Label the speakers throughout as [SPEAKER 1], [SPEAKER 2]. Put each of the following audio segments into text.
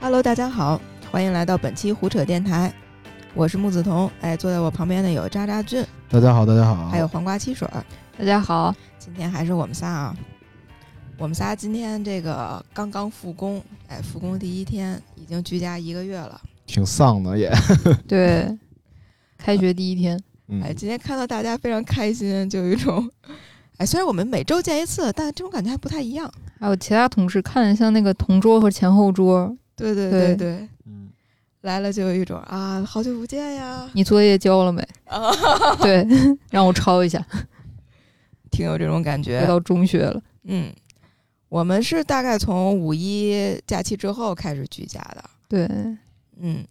[SPEAKER 1] Hello，大家好，欢迎来到本期胡扯电台，我是木子彤。哎，坐在我旁边的有渣渣俊，
[SPEAKER 2] 大家好，大家好，
[SPEAKER 1] 还有黄瓜汽水儿。
[SPEAKER 3] 大家好，
[SPEAKER 1] 今天还是我们仨啊，我们仨今天这个刚刚复工，哎，复工第一天已经居家一个月了。
[SPEAKER 2] 挺丧的也，
[SPEAKER 3] 对，开学第一天，
[SPEAKER 2] 嗯
[SPEAKER 1] 哎，今天看到大家非常开心，就有一种， 哎，虽然我们每周见一次，但这种感觉还不太一样。
[SPEAKER 3] 还有其他同事看了一下那个同桌和前后桌，
[SPEAKER 1] 对对
[SPEAKER 3] 对
[SPEAKER 1] 对，
[SPEAKER 2] 嗯
[SPEAKER 1] 来了就有一种啊，好久不见 呀，
[SPEAKER 3] 你作业交了没？
[SPEAKER 1] 啊，
[SPEAKER 3] 对， 让我抄一下。
[SPEAKER 1] 挺有这种感觉
[SPEAKER 3] 回。到中学了，
[SPEAKER 1] 嗯，我们是大概从五一假期之后开始居家的，
[SPEAKER 3] 对，
[SPEAKER 1] 嗯，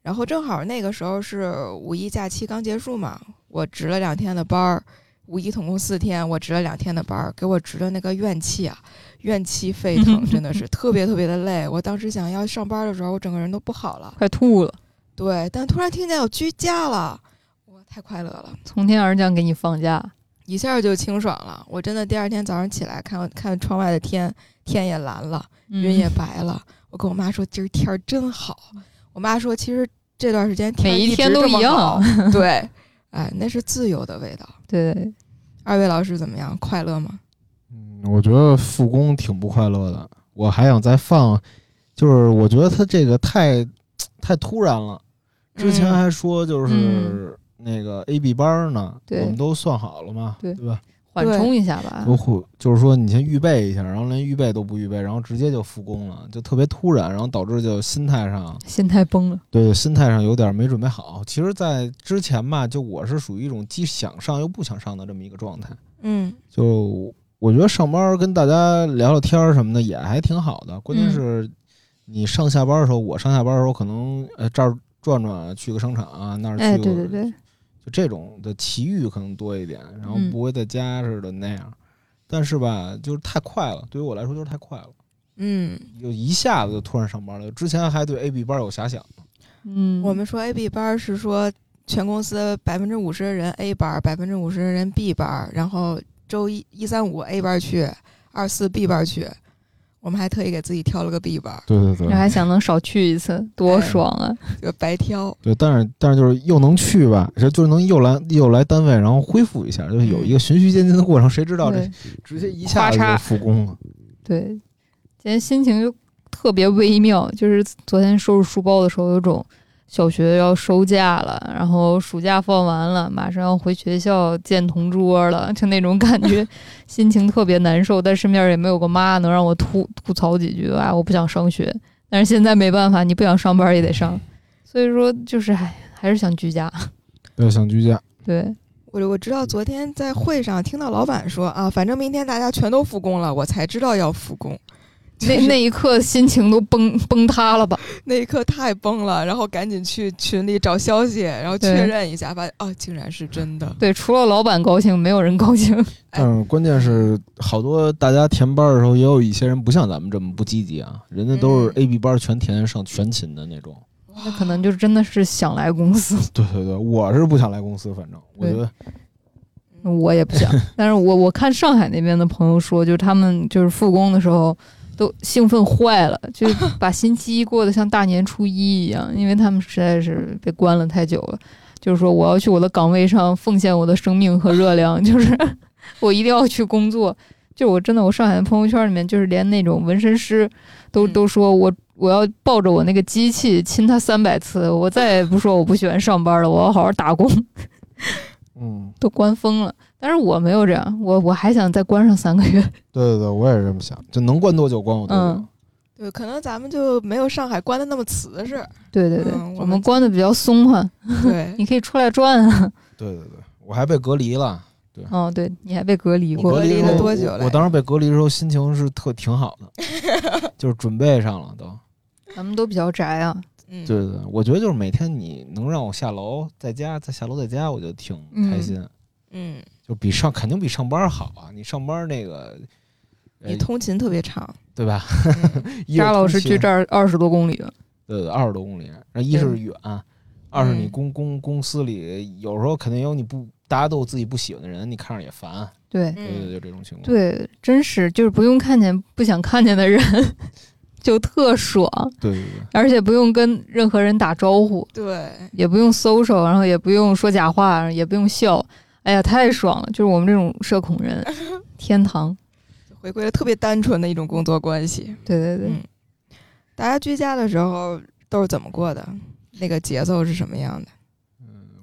[SPEAKER 1] 然后正好那个时候是五一假期刚结束嘛，我值了两天的班儿，五一总共四天，我值了两天的班儿，给我值的那个怨气啊，怨气沸 腾，真的是特别特别的累。我当时想要上班的时候，我整个人都不好了。
[SPEAKER 3] 快吐了，
[SPEAKER 1] 对，但突然听见有居家了，我太快乐了。
[SPEAKER 3] 从天而降给你放假，
[SPEAKER 1] 一下就清爽了，我真的第二天早上起来看看窗外的天，天也蓝了，云也
[SPEAKER 3] 嗯、
[SPEAKER 1] 白了。我跟我妈说今儿天儿真好，我妈说其实这段时间
[SPEAKER 3] 每一
[SPEAKER 1] 一
[SPEAKER 3] 天
[SPEAKER 1] 直
[SPEAKER 3] 都
[SPEAKER 1] 这么
[SPEAKER 3] 一样
[SPEAKER 1] 好。对，哎，那是自由的味道。
[SPEAKER 3] 对，
[SPEAKER 1] 二位老师怎么样？快乐吗？
[SPEAKER 2] 嗯，我觉得复工挺不快乐的，我还想再放，就是我觉得他这个太太突然了，之前
[SPEAKER 1] 嗯
[SPEAKER 2] 还说就是那个 A B 班呢，
[SPEAKER 3] 对
[SPEAKER 2] 我们都算好了嘛，
[SPEAKER 3] 对啊
[SPEAKER 2] 吧？
[SPEAKER 3] 缓
[SPEAKER 1] 对
[SPEAKER 3] 冲一下吧。
[SPEAKER 2] 都互就是说你先预备一下，然后连预备都不预备，然后直接就复工了，就特别突然，然后导致就心态上
[SPEAKER 3] 心态崩了，
[SPEAKER 2] 对心态上有点没准备好。其实，在之前吧，就我是属于一种既想上又不想上的这么一个状态。
[SPEAKER 1] 嗯
[SPEAKER 2] 就我觉得上班儿跟大家聊聊天儿什么的也还挺好的，关键
[SPEAKER 3] 嗯
[SPEAKER 2] 是你上下班儿的时候，我上下班儿的时候可能呃这儿转转，去个商场啊，那儿去个，
[SPEAKER 3] 哎，对对对，
[SPEAKER 2] 就这种的奇遇可能多一点，然后
[SPEAKER 3] 嗯
[SPEAKER 2] 不会在家似的那样。但是吧，就是太快了，对于我来说就是太快了，
[SPEAKER 1] 嗯，
[SPEAKER 2] 就一下子就突然上班了。之前还对 A B 班儿有遐想，
[SPEAKER 3] 嗯，
[SPEAKER 1] 我们说 A B 班是说全公司百分之五十的人 A 班，百分之五十的人 B 班，然后周一一三五 A 班去，二四 B 班去。我们还特意给自己挑了个 B 班，
[SPEAKER 2] 对对对
[SPEAKER 3] 这还想能少去一次，多爽啊！
[SPEAKER 1] 就白挑。
[SPEAKER 2] 对，但是但是就是又能去吧，就就是能又来又来单位，然后恢复一下，就是有一个循序渐进的过程。谁知道这
[SPEAKER 3] 嗯对
[SPEAKER 2] 直接一下子就
[SPEAKER 3] 咔嚓
[SPEAKER 2] 复工了？
[SPEAKER 3] 对，今天心情就特别微妙，就是昨天收拾书包的时候，有种小学要收假了，然后暑假放完了，马上要回学校见同桌了，就那种感觉，心情特别难受。但身边也没有个妈能让我吐吐槽几句啊，我不想上学。但是现在没办法，你不想上班也得上，所以说就是唉，还是想居家。
[SPEAKER 2] 对，想居家。
[SPEAKER 3] 对，
[SPEAKER 1] 我我知道昨天在会上听到老板说啊，反正明天大家全都复工了，我才知道要复工。
[SPEAKER 3] 那那一刻心情都崩崩塌了吧？
[SPEAKER 1] 那一刻太崩了，然后赶紧去群里找消息，然后确
[SPEAKER 3] 对
[SPEAKER 1] 认一下，发现啊，竟然是真的。
[SPEAKER 3] 对，除了老板高兴，没有人高兴。
[SPEAKER 1] 哎
[SPEAKER 2] 但是关键是，好多大家填班的时候，也有一些人不像咱们这么不积极啊，人家都是
[SPEAKER 1] 嗯
[SPEAKER 2] A、B 班全填上全勤的那种。
[SPEAKER 3] 那可能就真的是想来公司，
[SPEAKER 2] 对对对，我是不想来公司，反正我觉得
[SPEAKER 3] 我也不想。但是我我看上海那边的朋友说，就是他们就是复工的时候都兴奋坏了，就把星期一过得像大年初一一样，因为他们实在是被关了太久了。就是说，我要去我的岗位上奉献我的生命和热量， 就是我一定要去工作。就我真的，我上海的朋友圈里面，就是连那种纹身师都
[SPEAKER 1] 嗯
[SPEAKER 3] 都说我我要抱着我那个机器亲它三百次，我再也不说我不喜欢上班了，我要好好打工。
[SPEAKER 2] 嗯，
[SPEAKER 3] 都关封了。但是我没有这样，我我还想再关上三个月。
[SPEAKER 2] 对对对，我也是这么想，就能关多久关我多久。
[SPEAKER 3] 嗯
[SPEAKER 1] 对，可能咱们就没有上海关的那么瓷 实。
[SPEAKER 3] 对对对，
[SPEAKER 1] 嗯我们
[SPEAKER 3] 我
[SPEAKER 1] 哎
[SPEAKER 3] 们关的比较松哈，
[SPEAKER 1] 对，
[SPEAKER 3] 你可以出来转啊。
[SPEAKER 2] 对对对，我还被隔离了。
[SPEAKER 3] 哦，对，你还被隔离
[SPEAKER 2] 我
[SPEAKER 3] 过
[SPEAKER 1] 隔离
[SPEAKER 2] 的时
[SPEAKER 1] 了
[SPEAKER 2] 候
[SPEAKER 1] 多久
[SPEAKER 2] 我
[SPEAKER 1] 来
[SPEAKER 2] 我当时被隔离的时候心情是特挺好的， 就是准备上了都。
[SPEAKER 3] 咱们都比较宅啊。
[SPEAKER 1] 嗯，
[SPEAKER 2] 对对对，我觉得就是每天你能让我下楼，在家再下楼在家，我就挺开心。
[SPEAKER 1] 嗯，
[SPEAKER 2] 就比上肯定比上班好啊！你上班那个，呃
[SPEAKER 1] 你通勤特别长。
[SPEAKER 2] 对吧？
[SPEAKER 1] 嗯
[SPEAKER 2] 一是
[SPEAKER 3] 扎老
[SPEAKER 2] 通
[SPEAKER 3] 师
[SPEAKER 2] 勤
[SPEAKER 3] 距这儿二十多公里了。
[SPEAKER 2] 对对二十多公里，然后一是
[SPEAKER 3] 对
[SPEAKER 2] 远，啊二是你
[SPEAKER 1] 嗯
[SPEAKER 2] 公公公司里有时候肯定有你不大家都有自己不喜欢的人，你看着也烦，
[SPEAKER 3] 对
[SPEAKER 2] 对对
[SPEAKER 1] 嗯
[SPEAKER 2] 对，就这种情况。
[SPEAKER 3] 对，真是就是不用看见不想看见的人。 就特爽，
[SPEAKER 2] 对对对，
[SPEAKER 3] 而且不用跟任何人打招呼，
[SPEAKER 1] 对，
[SPEAKER 3] 也不用 social，然后也不用说假话，也不用笑。哎呀，太爽了！就是我们这种社恐 人，天堂。
[SPEAKER 1] 回归了特别单纯的一种工作关系。
[SPEAKER 3] 对对对，
[SPEAKER 1] 嗯大家居家的时候都是怎么过的？那个节奏是什么样的？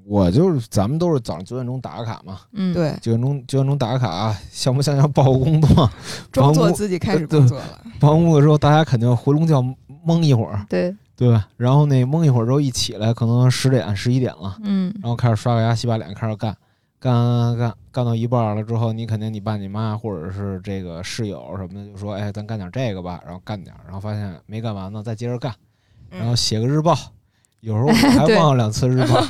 [SPEAKER 2] 我就是咱们都是早上九点钟打卡嘛，
[SPEAKER 3] 嗯，
[SPEAKER 1] 对，
[SPEAKER 2] 九点钟九点钟打卡，啊像不像要报工作？
[SPEAKER 1] 装作
[SPEAKER 2] 忙碌呃
[SPEAKER 1] 自己开始工作了。
[SPEAKER 2] 报工作的时候，大家肯定回笼觉蒙一会儿，
[SPEAKER 3] 对，
[SPEAKER 2] 对吧？然后那蒙一会儿之后一起来，可能十点十一点了，
[SPEAKER 3] 嗯，
[SPEAKER 2] 然后开始刷个牙、洗把脸，开始干，干干干干到一半儿了之后，你肯定你爸、你妈或者是这个室友什么的就说：“哎，咱干点这个吧。”然后干点儿，然后发现没干完呢，再接着干，然后
[SPEAKER 1] 嗯
[SPEAKER 2] 写个日报。有时候我还
[SPEAKER 3] 对
[SPEAKER 2] 忘了两次日报，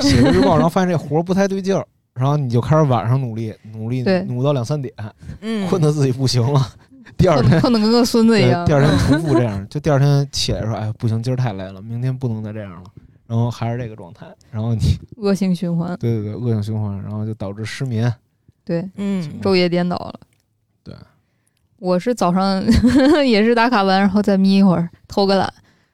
[SPEAKER 2] 写个日报，然后发现这活儿不太对劲儿，然后你就开始晚上努力，努力
[SPEAKER 3] 对
[SPEAKER 2] 努到两三点，
[SPEAKER 1] 嗯，
[SPEAKER 2] 困得自己不行 了。第二
[SPEAKER 3] 困
[SPEAKER 2] 天，
[SPEAKER 3] 困得跟个孙子一
[SPEAKER 2] 对
[SPEAKER 3] 样
[SPEAKER 2] 第。二天重复这 样，就第二天起来说：“哎，不行，今儿太累了，明天不能再这样了。”然后还是这个状态，然后你
[SPEAKER 3] 恶性循环，
[SPEAKER 2] 对对对，恶性循环，然后就导致失眠。
[SPEAKER 3] 对，
[SPEAKER 1] 嗯，
[SPEAKER 3] 昼夜颠倒了。
[SPEAKER 2] 对，
[SPEAKER 3] 我是早上 也是打卡完，然后再眯一会儿，偷个懒。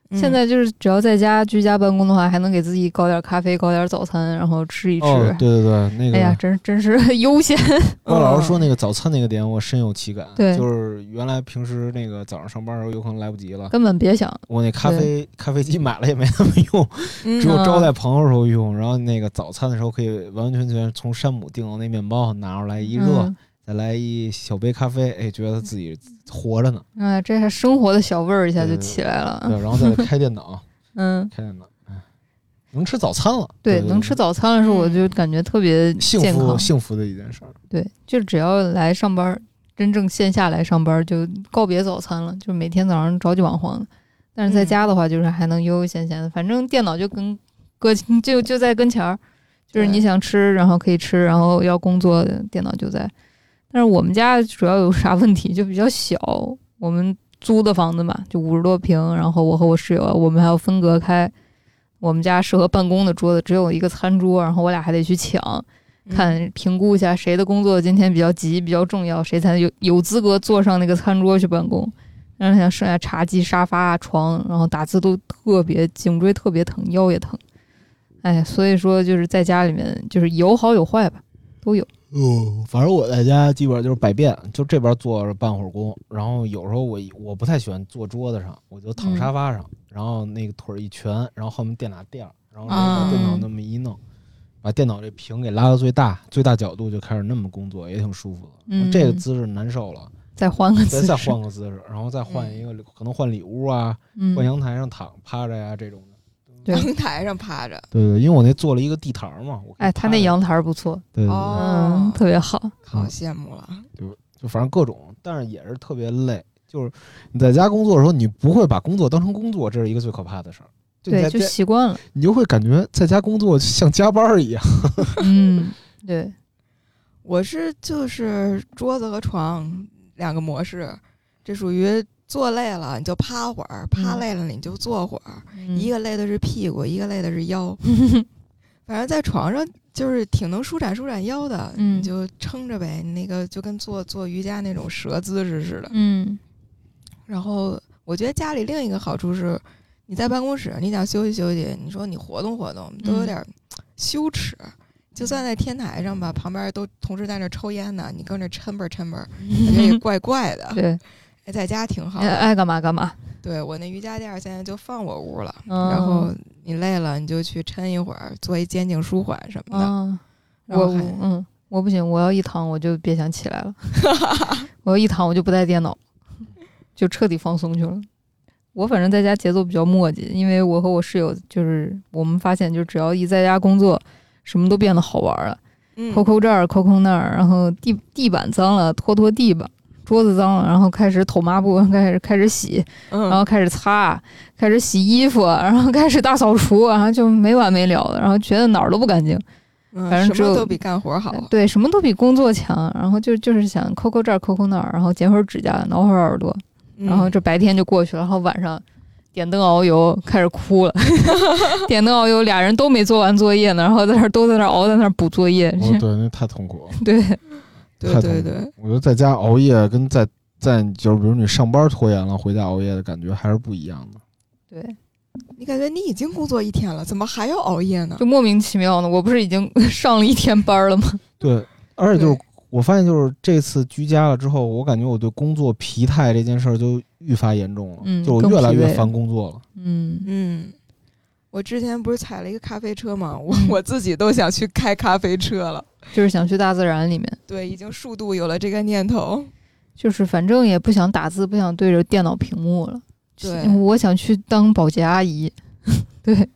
[SPEAKER 1] 嗯
[SPEAKER 3] 现在就是只要在家居家办公的话，还能给自己搞点咖啡，搞点早餐，然后吃一吃。
[SPEAKER 2] 哦，对对对，那
[SPEAKER 3] 哎呀，
[SPEAKER 2] 个
[SPEAKER 3] 真真是 悠闲。
[SPEAKER 2] 莫老
[SPEAKER 3] 嗯
[SPEAKER 2] 师说那个早餐那个点，我深有其感。
[SPEAKER 3] 对
[SPEAKER 2] 就是原来平时那个早上上班的时候有可能来不及了，
[SPEAKER 3] 根本别想，
[SPEAKER 2] 我那咖啡咖啡机买了也没那么用，
[SPEAKER 1] 嗯
[SPEAKER 2] 只有
[SPEAKER 3] 嗯
[SPEAKER 2] 招待朋友的时候用。然后那个早餐的时候可以完完全全从山姆订的那面包拿出来一热，
[SPEAKER 3] 嗯
[SPEAKER 2] 再来一小杯咖啡，哎，觉得自己活着呢。
[SPEAKER 3] 啊，这还生活的小味儿一下就
[SPEAKER 2] 对
[SPEAKER 3] 起来
[SPEAKER 2] 对
[SPEAKER 3] 了。，
[SPEAKER 2] 然后再开电脑，
[SPEAKER 3] 嗯，
[SPEAKER 2] 开电脑，哎，能吃早餐了。
[SPEAKER 3] 对，
[SPEAKER 2] 对，嗯
[SPEAKER 3] 能吃早餐的时候，我就感觉特别
[SPEAKER 2] 幸
[SPEAKER 3] 健
[SPEAKER 2] 福
[SPEAKER 3] 康。
[SPEAKER 2] 幸福的一件事儿。
[SPEAKER 3] 对，就只要来上班儿，真正线下来上班儿就告别早餐了，就每天早上早起晚黄。但是在
[SPEAKER 1] 嗯
[SPEAKER 3] 家的话，就是还能悠悠闲闲的，反正电脑就跟搁 就就在跟前儿，就是你
[SPEAKER 1] 对
[SPEAKER 3] 想吃，然后可以吃，然后要工作，电脑就在。但是我们家主要有啥问题，就比较小，我们租的房子嘛，就五十多平，然后我和我室友，我们还要分隔开。我们家适合办公的桌子只有一个餐桌，然后我俩还得去抢，
[SPEAKER 1] 嗯
[SPEAKER 2] 嗯
[SPEAKER 3] 看评估一下谁的工作今天比较急、比较重要，谁才有有资格坐上那个餐桌去办公。然后像剩下茶几、沙发啊、床，然后打字都特别颈椎特别疼，腰也疼。哎，所以说就是在家里面就是有好有坏吧，
[SPEAKER 1] 嗯
[SPEAKER 3] 都有。
[SPEAKER 2] 哦，反正我在家基本上就是百变，就这边坐着半会儿工，然后有时候我我不太喜欢坐桌子上，我就躺
[SPEAKER 3] 嗯
[SPEAKER 2] 沙发上，然后那个腿儿一蜷，然后后面垫俩垫儿，然后
[SPEAKER 3] 啊
[SPEAKER 2] 把电脑那么一弄，把电脑这屏给拉到最大，最大角度就开始那么工作，也挺舒服的。
[SPEAKER 3] 嗯
[SPEAKER 2] 这个姿势难受 了，
[SPEAKER 3] 再换个
[SPEAKER 2] 再
[SPEAKER 3] 姿势，
[SPEAKER 2] 再换个姿势，然后再换一个，可能换里屋啊，换
[SPEAKER 3] 嗯，
[SPEAKER 2] 阳台上躺趴着呀、这种的。
[SPEAKER 3] 对
[SPEAKER 1] 阳台上趴着，
[SPEAKER 2] 对对，因为我那做了一个地堂嘛，我可以
[SPEAKER 3] 哎，
[SPEAKER 2] 趴
[SPEAKER 3] 他那
[SPEAKER 2] 着
[SPEAKER 3] 阳台儿不错，
[SPEAKER 2] 对对对
[SPEAKER 1] 哦
[SPEAKER 3] 嗯，特别好。
[SPEAKER 1] 好羡慕了。
[SPEAKER 2] 就反正各种，但是也是特别累。就是你在家工作的时候，你不会把工作当成工作，这是一个最可怕的事儿。就你
[SPEAKER 3] 对，
[SPEAKER 2] 在
[SPEAKER 3] 就
[SPEAKER 2] 家，
[SPEAKER 3] 习 惯了。
[SPEAKER 2] 你就会感觉在家工作像加班儿一样。
[SPEAKER 3] 嗯，对，
[SPEAKER 1] 我是就是桌子和床两个模式，这属于坐累了你就趴会儿，趴
[SPEAKER 3] 嗯
[SPEAKER 1] 累了你就坐会儿，
[SPEAKER 3] 嗯
[SPEAKER 1] 一个累的是屁股，一个累的是 腰。反正在床上就是挺能舒展舒展腰的，
[SPEAKER 3] 嗯
[SPEAKER 1] 你就撑着呗，你那个就跟做做瑜伽那种蛇姿势似的。
[SPEAKER 3] 嗯
[SPEAKER 1] 然后我觉得家里另一个好处是，你在办公室，你想休息休息，你说你活动活动，都有
[SPEAKER 3] 嗯
[SPEAKER 1] 点儿羞耻。就算在天台上吧，旁边都同事在那抽烟呢，你跟着抻吧抻吧，感觉 也怪怪的。
[SPEAKER 3] 对，
[SPEAKER 1] 哎，在家挺 好
[SPEAKER 3] 爱
[SPEAKER 1] 的。
[SPEAKER 3] 爱干嘛干嘛。
[SPEAKER 1] 对我那瑜伽垫儿现在就放我屋了，
[SPEAKER 3] 嗯
[SPEAKER 1] 然后你累了你就去抻一会儿，做一肩颈舒缓什么的。
[SPEAKER 3] 啊，
[SPEAKER 1] 然
[SPEAKER 3] 我
[SPEAKER 1] 后
[SPEAKER 3] 我
[SPEAKER 1] 还
[SPEAKER 3] 嗯，我不行，我要一躺我就别想起 来了，我要一躺我就不带电脑，就彻底放松去了。我反正在家节奏比较磨叽，因为我和我室友就是我们发现，就只要一在家工作，什么都变得好玩儿了，
[SPEAKER 1] 嗯
[SPEAKER 3] 抠抠这儿，抠抠那儿，然后地地板脏了，拖拖地吧。桌子脏了，然后开始抖抹布，开始开始洗，然后
[SPEAKER 1] 嗯，
[SPEAKER 3] 开始擦，开始洗衣服，然后开始大扫除，然后就没完没了的，然后觉得哪儿都不干净。
[SPEAKER 1] 嗯
[SPEAKER 3] 反正
[SPEAKER 1] 什
[SPEAKER 3] 只有
[SPEAKER 1] 么都比干活儿好。
[SPEAKER 3] 对，什么都比工作强。然后就就是想抠抠这儿，抠抠那儿，然后剪会儿指甲，挠会儿耳朵，
[SPEAKER 1] 嗯
[SPEAKER 3] 然后这白天就过去了。然后晚上点灯熬油，开始哭了。 点灯熬油，俩人都没做完作业呢，然后在那儿都在那儿熬，在那儿补作业。
[SPEAKER 2] 哦，对，那太痛苦了。
[SPEAKER 3] 对，
[SPEAKER 1] 对
[SPEAKER 2] 太
[SPEAKER 1] 对
[SPEAKER 2] 痛
[SPEAKER 1] 对，
[SPEAKER 2] 我觉得在家熬夜跟在在就是比如你上班拖延了，回家熬夜的感觉还是不一样的。
[SPEAKER 3] 对，
[SPEAKER 1] 你感觉你已经工作一天了，怎么还要熬夜呢？
[SPEAKER 3] 就莫名其妙的，我不是已经 上了一天班了吗？
[SPEAKER 2] 对，而且就是
[SPEAKER 1] 对
[SPEAKER 2] 我发现就是这次居家了之后，我感觉我对工作疲态这件事儿就愈发严重了，
[SPEAKER 3] 嗯
[SPEAKER 2] 就我
[SPEAKER 3] 更
[SPEAKER 2] 越来
[SPEAKER 3] 疲惫
[SPEAKER 2] 越
[SPEAKER 3] 了
[SPEAKER 2] 烦工作了。
[SPEAKER 3] 嗯，嗯
[SPEAKER 1] 嗯，我之前不是踩了一个咖啡车嘛，我 我自己都想去开咖啡车了。
[SPEAKER 3] 就是想去大自然里面，
[SPEAKER 1] 对，已经数度有了这个念头。
[SPEAKER 3] 就是反正也不想打字，不想对着电脑屏幕了。
[SPEAKER 1] 对
[SPEAKER 3] 我想去当保洁阿姨。 对，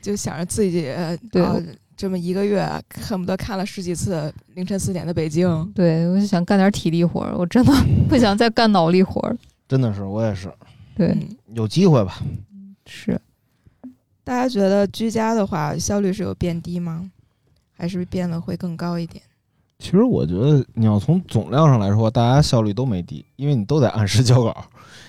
[SPEAKER 1] 就想着自己呃
[SPEAKER 3] 对
[SPEAKER 1] 啊这么一个月恨不得看了十几次凌晨四点的北京。
[SPEAKER 3] 对，我就想干点体力活儿，我真 的不想再干脑力活儿了。
[SPEAKER 2] 真的是，我也是，
[SPEAKER 3] 对，
[SPEAKER 1] 嗯，
[SPEAKER 2] 有机会吧。
[SPEAKER 3] 是
[SPEAKER 1] 大家觉得居家的话效率是有变低吗？还是变了会更高一点？，
[SPEAKER 2] 其实我觉得你要从总量上来说，大家效率都没低，因为你都得按时交稿。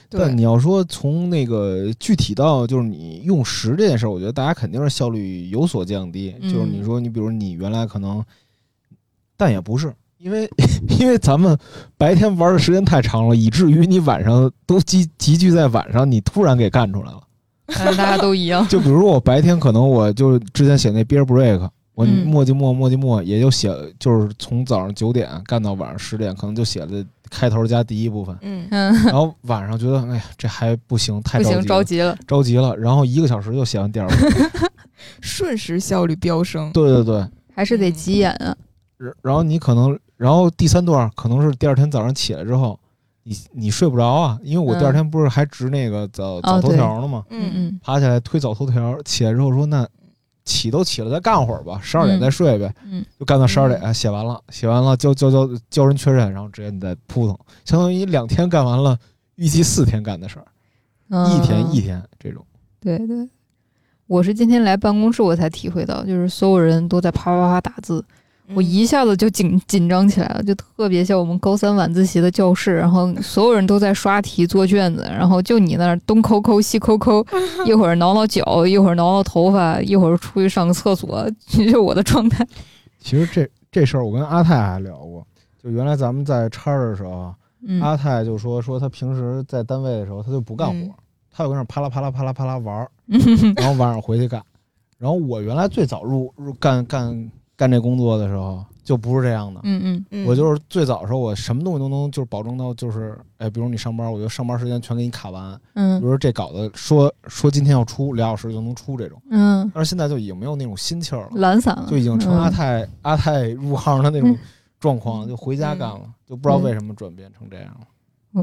[SPEAKER 2] 但你要说从那个具体到就是你用时这件事儿，我觉得大家肯定是效率有所降低。
[SPEAKER 3] 嗯
[SPEAKER 2] 就是你说你比如你原来可能，但也不是，因为 因为咱们白天玩的时间太长了，以至于你晚上都集集聚在晚上，你突然给干出来了。。
[SPEAKER 3] 反正大家都一样
[SPEAKER 2] 就比如说我白天可能我就之前写那 beer break，我
[SPEAKER 3] 嗯
[SPEAKER 2] 墨迹墨墨迹墨也就写就是从早上九点干到晚上十点，可能就写了开头加第一部 分
[SPEAKER 1] 嗯，
[SPEAKER 3] 嗯，
[SPEAKER 2] 然后晚上觉得哎呀这还不行，太
[SPEAKER 3] 不行，
[SPEAKER 2] 着
[SPEAKER 3] 着
[SPEAKER 2] 急
[SPEAKER 3] 急了。
[SPEAKER 2] 了着急了，然后一个小时就写完第二部分。
[SPEAKER 1] 瞬时效率飙升。
[SPEAKER 2] 对对对，
[SPEAKER 3] 还是
[SPEAKER 2] 嗯
[SPEAKER 3] 得急眼啊。
[SPEAKER 2] 然然后你可能然后第三段可能是第二天早上起来之后。你你睡不着啊，因为我第二
[SPEAKER 3] 嗯
[SPEAKER 2] 天不是还值那个早、早
[SPEAKER 3] 哦
[SPEAKER 2] 头
[SPEAKER 3] 对
[SPEAKER 2] 条呢吗？
[SPEAKER 1] 嗯嗯，
[SPEAKER 3] 嗯
[SPEAKER 2] 爬起来推早头条，起来之后说那起都起了，再干会儿吧，十二点
[SPEAKER 3] 嗯
[SPEAKER 2] 再睡呗，
[SPEAKER 3] 嗯
[SPEAKER 2] 就干到十二点、
[SPEAKER 1] 嗯
[SPEAKER 2] 哎写完了，写完了交交交交人确认，然后直接你再扑腾，相当于你两天干完了，预计四天干的事儿，
[SPEAKER 3] 嗯，
[SPEAKER 2] 一天
[SPEAKER 3] 嗯
[SPEAKER 2] 一天这种。
[SPEAKER 3] 对对，我是今天来办公室我才体会到，就是所有人都在啪啪啪打字，
[SPEAKER 1] 嗯
[SPEAKER 3] 嗯我一下子就紧紧张起来了，就特别像我们高三晚自习的教室，然后所有人都在刷题做卷子，然后就你那儿东抠抠西抠抠，一会儿挠挠脚，一会儿挠挠头发，一会儿出去上个厕所， 这就是我的状态。
[SPEAKER 2] 其实这这事儿我跟阿泰还聊过，就原来咱们在叉儿的时候，啊
[SPEAKER 3] 嗯，
[SPEAKER 2] 阿泰就说说他平时在单位的时候他就不干活，
[SPEAKER 1] 嗯
[SPEAKER 2] 他就跟那儿啪啦啪啦啪啦啪啦玩儿， 然后晚上回去干。然后我原来最早入入干干干这工作的时候就不是这样的，
[SPEAKER 3] 嗯嗯
[SPEAKER 1] 嗯，
[SPEAKER 2] 我就是是最早的时候，我什么东西都能就是保证到，就是哎，比如你上班，我就上班时间全给你卡完，比如
[SPEAKER 3] 嗯
[SPEAKER 2] 说这稿子说说今天要出俩小时就能出这种，
[SPEAKER 3] 嗯，
[SPEAKER 2] 但是现在就已经没有那种心气儿了，
[SPEAKER 3] 懒散了，
[SPEAKER 2] 就已经成阿
[SPEAKER 3] 嗯
[SPEAKER 2] 泰、阿泰入行的那种
[SPEAKER 3] 嗯
[SPEAKER 2] 状况了，就回家干了，就不知道为什么转变成这样了。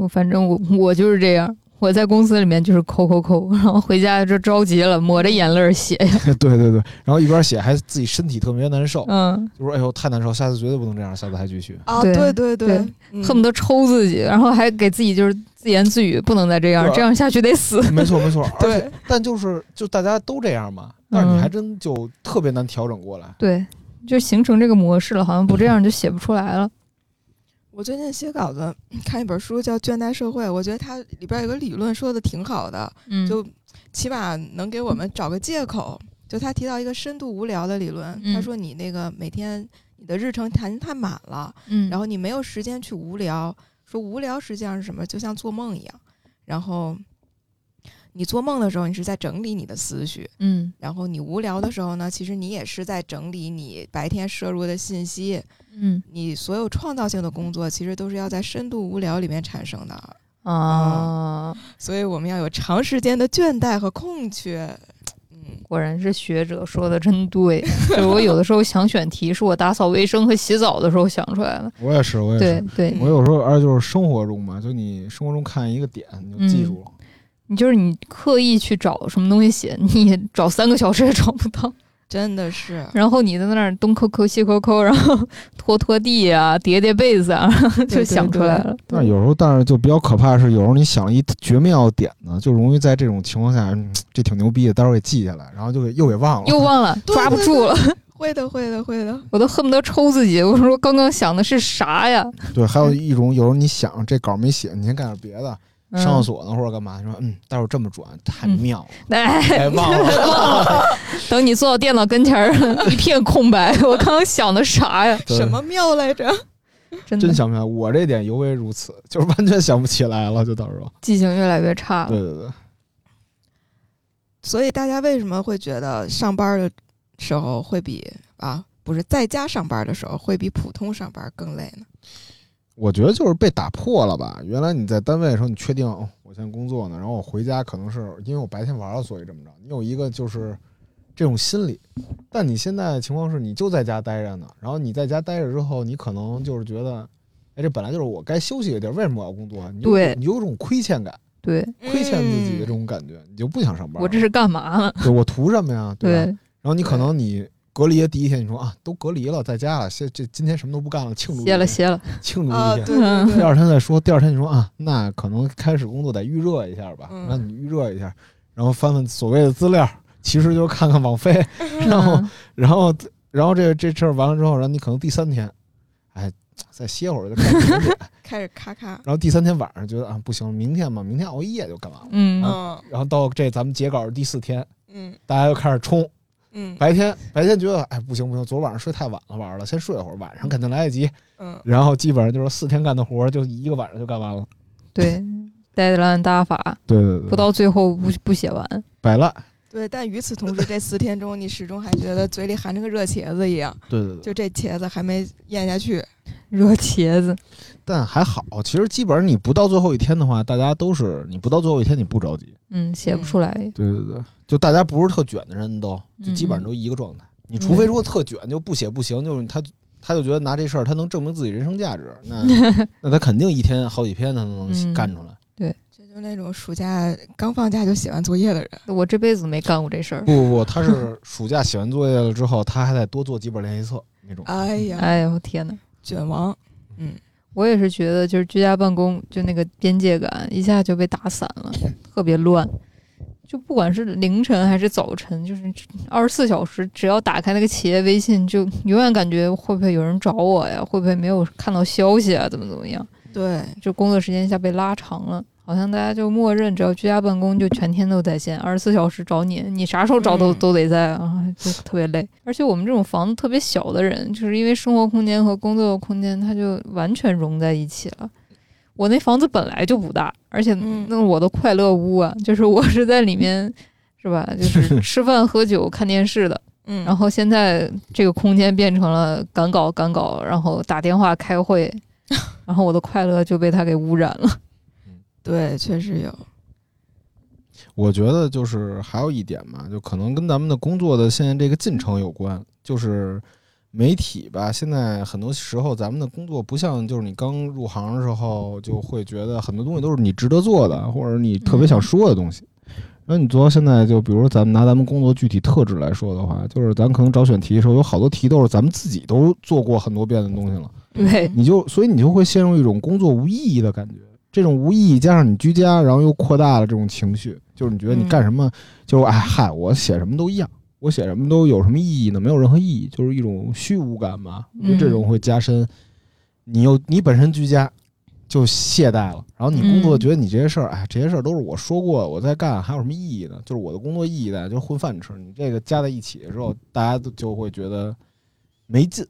[SPEAKER 3] 我反正我我就是这样，我在公司里面就是抠抠抠，然后回家就着急了，抹着眼泪儿写呀。
[SPEAKER 2] 对对对，然后一边写还自己身体特别难受，
[SPEAKER 3] 嗯，
[SPEAKER 2] 就说哎呦太难受，下次绝对不能这样，下次还继续。
[SPEAKER 1] 啊，
[SPEAKER 3] 对
[SPEAKER 1] 对对嗯对
[SPEAKER 3] 对，恨不
[SPEAKER 1] 得
[SPEAKER 3] 得抽自己，然后还给自己就是自言自语，不能再这样
[SPEAKER 2] 对，啊
[SPEAKER 3] 这样下去得死。
[SPEAKER 2] 没错 没错，而且
[SPEAKER 1] 对
[SPEAKER 2] 但就是就大家都这样嘛，但是你
[SPEAKER 3] 嗯
[SPEAKER 2] 还真就特别难调整过来。
[SPEAKER 3] 对，就形成这个模式了，好像不这样就写不出来了。
[SPEAKER 1] 我最近写稿子，看一本书叫《倦怠社会》，我觉得它里边有个理论说的挺好的，
[SPEAKER 3] 嗯
[SPEAKER 1] 就起码能给我们找个借口。就他提到一个深度无聊的理论，
[SPEAKER 3] 嗯
[SPEAKER 1] 他说你那个每天你的日程谈太满了，
[SPEAKER 3] 嗯
[SPEAKER 1] 然
[SPEAKER 3] 后
[SPEAKER 1] 后你没有时间去无聊。说无聊实际上是什么？就像做梦一样。然后你做梦的时候，你是在整理你的思绪；
[SPEAKER 3] 嗯
[SPEAKER 1] 然后你无聊的时候呢，其实你也是在整理你白天摄入的信息。
[SPEAKER 3] 嗯
[SPEAKER 1] 你所有创造性的工作，其实都是要在深度无聊里面产生的。
[SPEAKER 3] 啊，
[SPEAKER 1] 所以我们要有长时间的倦怠和空缺。嗯，
[SPEAKER 3] 果然是学者说的真对。 就是我有的时候想选题，是我打扫卫生和洗澡的时候想出来的。
[SPEAKER 2] 我也是，我也
[SPEAKER 3] 对
[SPEAKER 2] 是。
[SPEAKER 3] 对，
[SPEAKER 2] 我有时候，而且就是生活中嘛，就你生活中看一个点，你就记住了。
[SPEAKER 3] 嗯你就是你刻意去找什么东西写， 你也找三个小时也找 不到。
[SPEAKER 1] 真的是，
[SPEAKER 3] 然后你在那儿东抠抠西抠抠，然后拖拖地啊，叠叠被子啊， 就
[SPEAKER 1] 对
[SPEAKER 3] 想出
[SPEAKER 1] 对
[SPEAKER 3] 来了。
[SPEAKER 2] 但是有时候，但是就比较可怕的是，有时候你想一绝妙的点呢，就容易在这种情况下，嗯这挺牛逼的，待会儿给记下来，然后就给又给忘了。
[SPEAKER 3] 又忘了，
[SPEAKER 1] 对
[SPEAKER 3] 抓不住了，
[SPEAKER 1] 会的，会的，会的。
[SPEAKER 3] 我都恨不得抽自己。我说刚刚想的是啥呀？
[SPEAKER 2] 对，还有一种，有时候你想这稿没写，你先干点别的，
[SPEAKER 3] 嗯
[SPEAKER 2] 上厕，所呢或者干嘛，你说嗯，待会儿这么转太妙了，
[SPEAKER 3] 哎，
[SPEAKER 2] 哎忘了。
[SPEAKER 3] 等你 坐到电脑跟前儿，一片空白。我刚刚想的啥呀？
[SPEAKER 2] 对
[SPEAKER 1] 什么妙来着？
[SPEAKER 3] 真的
[SPEAKER 2] 真想不起来，我这点尤为如此，就是完全想不起来了，就到时候。
[SPEAKER 3] 记性越来越差
[SPEAKER 2] 对
[SPEAKER 3] 了。
[SPEAKER 2] 对对，
[SPEAKER 1] 所以大家为什么会觉得上班的时候会比啊不是在家上班的时候会比普通上班更累呢？
[SPEAKER 2] 我觉得就是被打破了吧。原来你在单位的时候，你确定哦，我现在工作呢，然后我回家可能是因为我白天玩了，所以这么着。你有一个就是这种心理，但你现在的情况是你就在家待着呢，然后你在家待着之后，你可能就是觉得，哎，这本来就是我该休息的地儿，为什么我要工作啊？你就
[SPEAKER 3] 对
[SPEAKER 2] 你有种亏欠感，
[SPEAKER 3] 对
[SPEAKER 2] 亏欠自己的这种感觉，你就不想上班了。
[SPEAKER 3] 我这是干嘛呢？
[SPEAKER 2] 对我啊图什么呀？吧？
[SPEAKER 3] 对，
[SPEAKER 2] 然后你可
[SPEAKER 1] 对
[SPEAKER 2] 能你隔离的第一天，你说啊，都隔离了，在家了，这这今天什么都不干了，庆祝一
[SPEAKER 3] 歇了
[SPEAKER 2] 天
[SPEAKER 3] 歇了，
[SPEAKER 2] 庆祝
[SPEAKER 1] 啊，
[SPEAKER 2] 一
[SPEAKER 1] 对
[SPEAKER 2] 天。
[SPEAKER 1] 对
[SPEAKER 2] 第
[SPEAKER 1] 对，
[SPEAKER 2] 二天再说，第二天你说啊，那可能开始工作得预热一下吧，
[SPEAKER 1] 嗯
[SPEAKER 2] 那你预热一下，然后翻翻所谓的资料，其实就是看看网飞， 然后
[SPEAKER 3] 嗯
[SPEAKER 2] 然后然后这这事儿完了之后，然后你可能第三天，哎，再歇会儿就干点点，
[SPEAKER 1] 开始咔咔，
[SPEAKER 2] 然后第三天晚上觉得啊不行，明天吧，明天熬夜就干嘛了，
[SPEAKER 3] 嗯，
[SPEAKER 1] 嗯
[SPEAKER 2] 然后到这咱们截稿的第四天，
[SPEAKER 1] 嗯
[SPEAKER 2] 大家又开始冲，
[SPEAKER 1] 嗯
[SPEAKER 2] 白天白天觉得哎不行不行，昨晚上睡太晚了玩了，先睡会儿，晚上肯定来得及。
[SPEAKER 1] 嗯，
[SPEAKER 2] 然后基本上就是四天干的活儿，就一个晚上就干完了。
[SPEAKER 3] 对，deadline 打法
[SPEAKER 2] 对对
[SPEAKER 3] 不到最后不不写完，
[SPEAKER 2] 摆烂。
[SPEAKER 1] 对。但与此同时，这四天中，你始终还觉得嘴里含着个热茄子一样，
[SPEAKER 2] 对对对，
[SPEAKER 1] 就这茄子还没咽下去。
[SPEAKER 3] 热茄子，
[SPEAKER 2] 但还好，其实基本上你不到最后一天的话，大家都是你不到最后一天你不着急。
[SPEAKER 3] 嗯，写不出来。
[SPEAKER 2] 对对对，就大家不是特卷的人都，就基本
[SPEAKER 3] 嗯
[SPEAKER 2] 上都一个状态。你除非说特卷，就不写不行，就是他他就觉得拿这事儿他能证明自己人生价值， 那那他肯定一天好几篇他都能
[SPEAKER 3] 嗯
[SPEAKER 2] 干出来。
[SPEAKER 1] 这就那种暑假刚放假就写完作业的人，
[SPEAKER 3] 我这辈子没干过这事儿。
[SPEAKER 2] 不不不，他是暑假写完作业了之后，他还得多做几本练习册那种。
[SPEAKER 1] 哎呀，
[SPEAKER 3] 哎呦天哪！
[SPEAKER 1] 卷王，
[SPEAKER 3] 我也是觉得，就是居家办公，就那个边界感一下就被打散了，特别乱。就不管是凌晨还是早晨，就是二十四小时，只要打开那个企业微信，就永远感觉会不会有人找我呀？会不会没有看到消息啊？怎么怎么样？
[SPEAKER 1] 对，
[SPEAKER 3] 就工作时间一下被拉长了，好像大家就默认只要居家办公就全天都在线，二十四小时找你，你啥时候找都、
[SPEAKER 1] 嗯
[SPEAKER 3] 都得在啊，就特别累。而且我们这种房子特别小的人，就是因为生活空间和工作空间它就完全融在一起了。我那房子本来就不大，而且
[SPEAKER 1] 嗯
[SPEAKER 3] 那我的快乐屋啊，就是我是在里面，是吧？就是吃饭、喝酒、看电视的。
[SPEAKER 1] 嗯，
[SPEAKER 3] 然后现在这个空间变成了赶稿、赶稿，然后打电话、开会，然后我的快乐就被它给污染了。
[SPEAKER 1] 对，确实有，
[SPEAKER 2] 我觉得就是还有一点嘛，就可能跟咱们的工作的现在这个进程有关，就是媒体吧。现在很多时候咱们的工作不像就是你刚入行的时候就会觉得很多东西都是你值得做的，或者你特别想说的东西。然后你做到现在，就比如说咱们拿咱们工作具体特质来说的话，就是咱可能找选题的时候，有好多题都是咱们自己都做过很多遍的东西了。
[SPEAKER 1] 嗯
[SPEAKER 3] 对
[SPEAKER 2] 你就所以你就会陷入一种工作无意义的感觉。这种无意义加上你居家，然后又扩大了这种情绪，就是你觉得你干什
[SPEAKER 3] 嗯
[SPEAKER 2] 么，就是哎嗨，我写什么都一样，我写什么都有什么意义呢？没有任何意义，就是一种虚无感吧。
[SPEAKER 3] 嗯
[SPEAKER 2] 就这种会加深你又你本身居家就懈怠了，然后你工作
[SPEAKER 3] 嗯
[SPEAKER 2] 觉得你这些事儿，哎，这些事儿都是我说过我在干，还有什么意义呢？就是我的工作意义在就是混饭吃。你这个加在一起之后，大家都就会觉得没劲。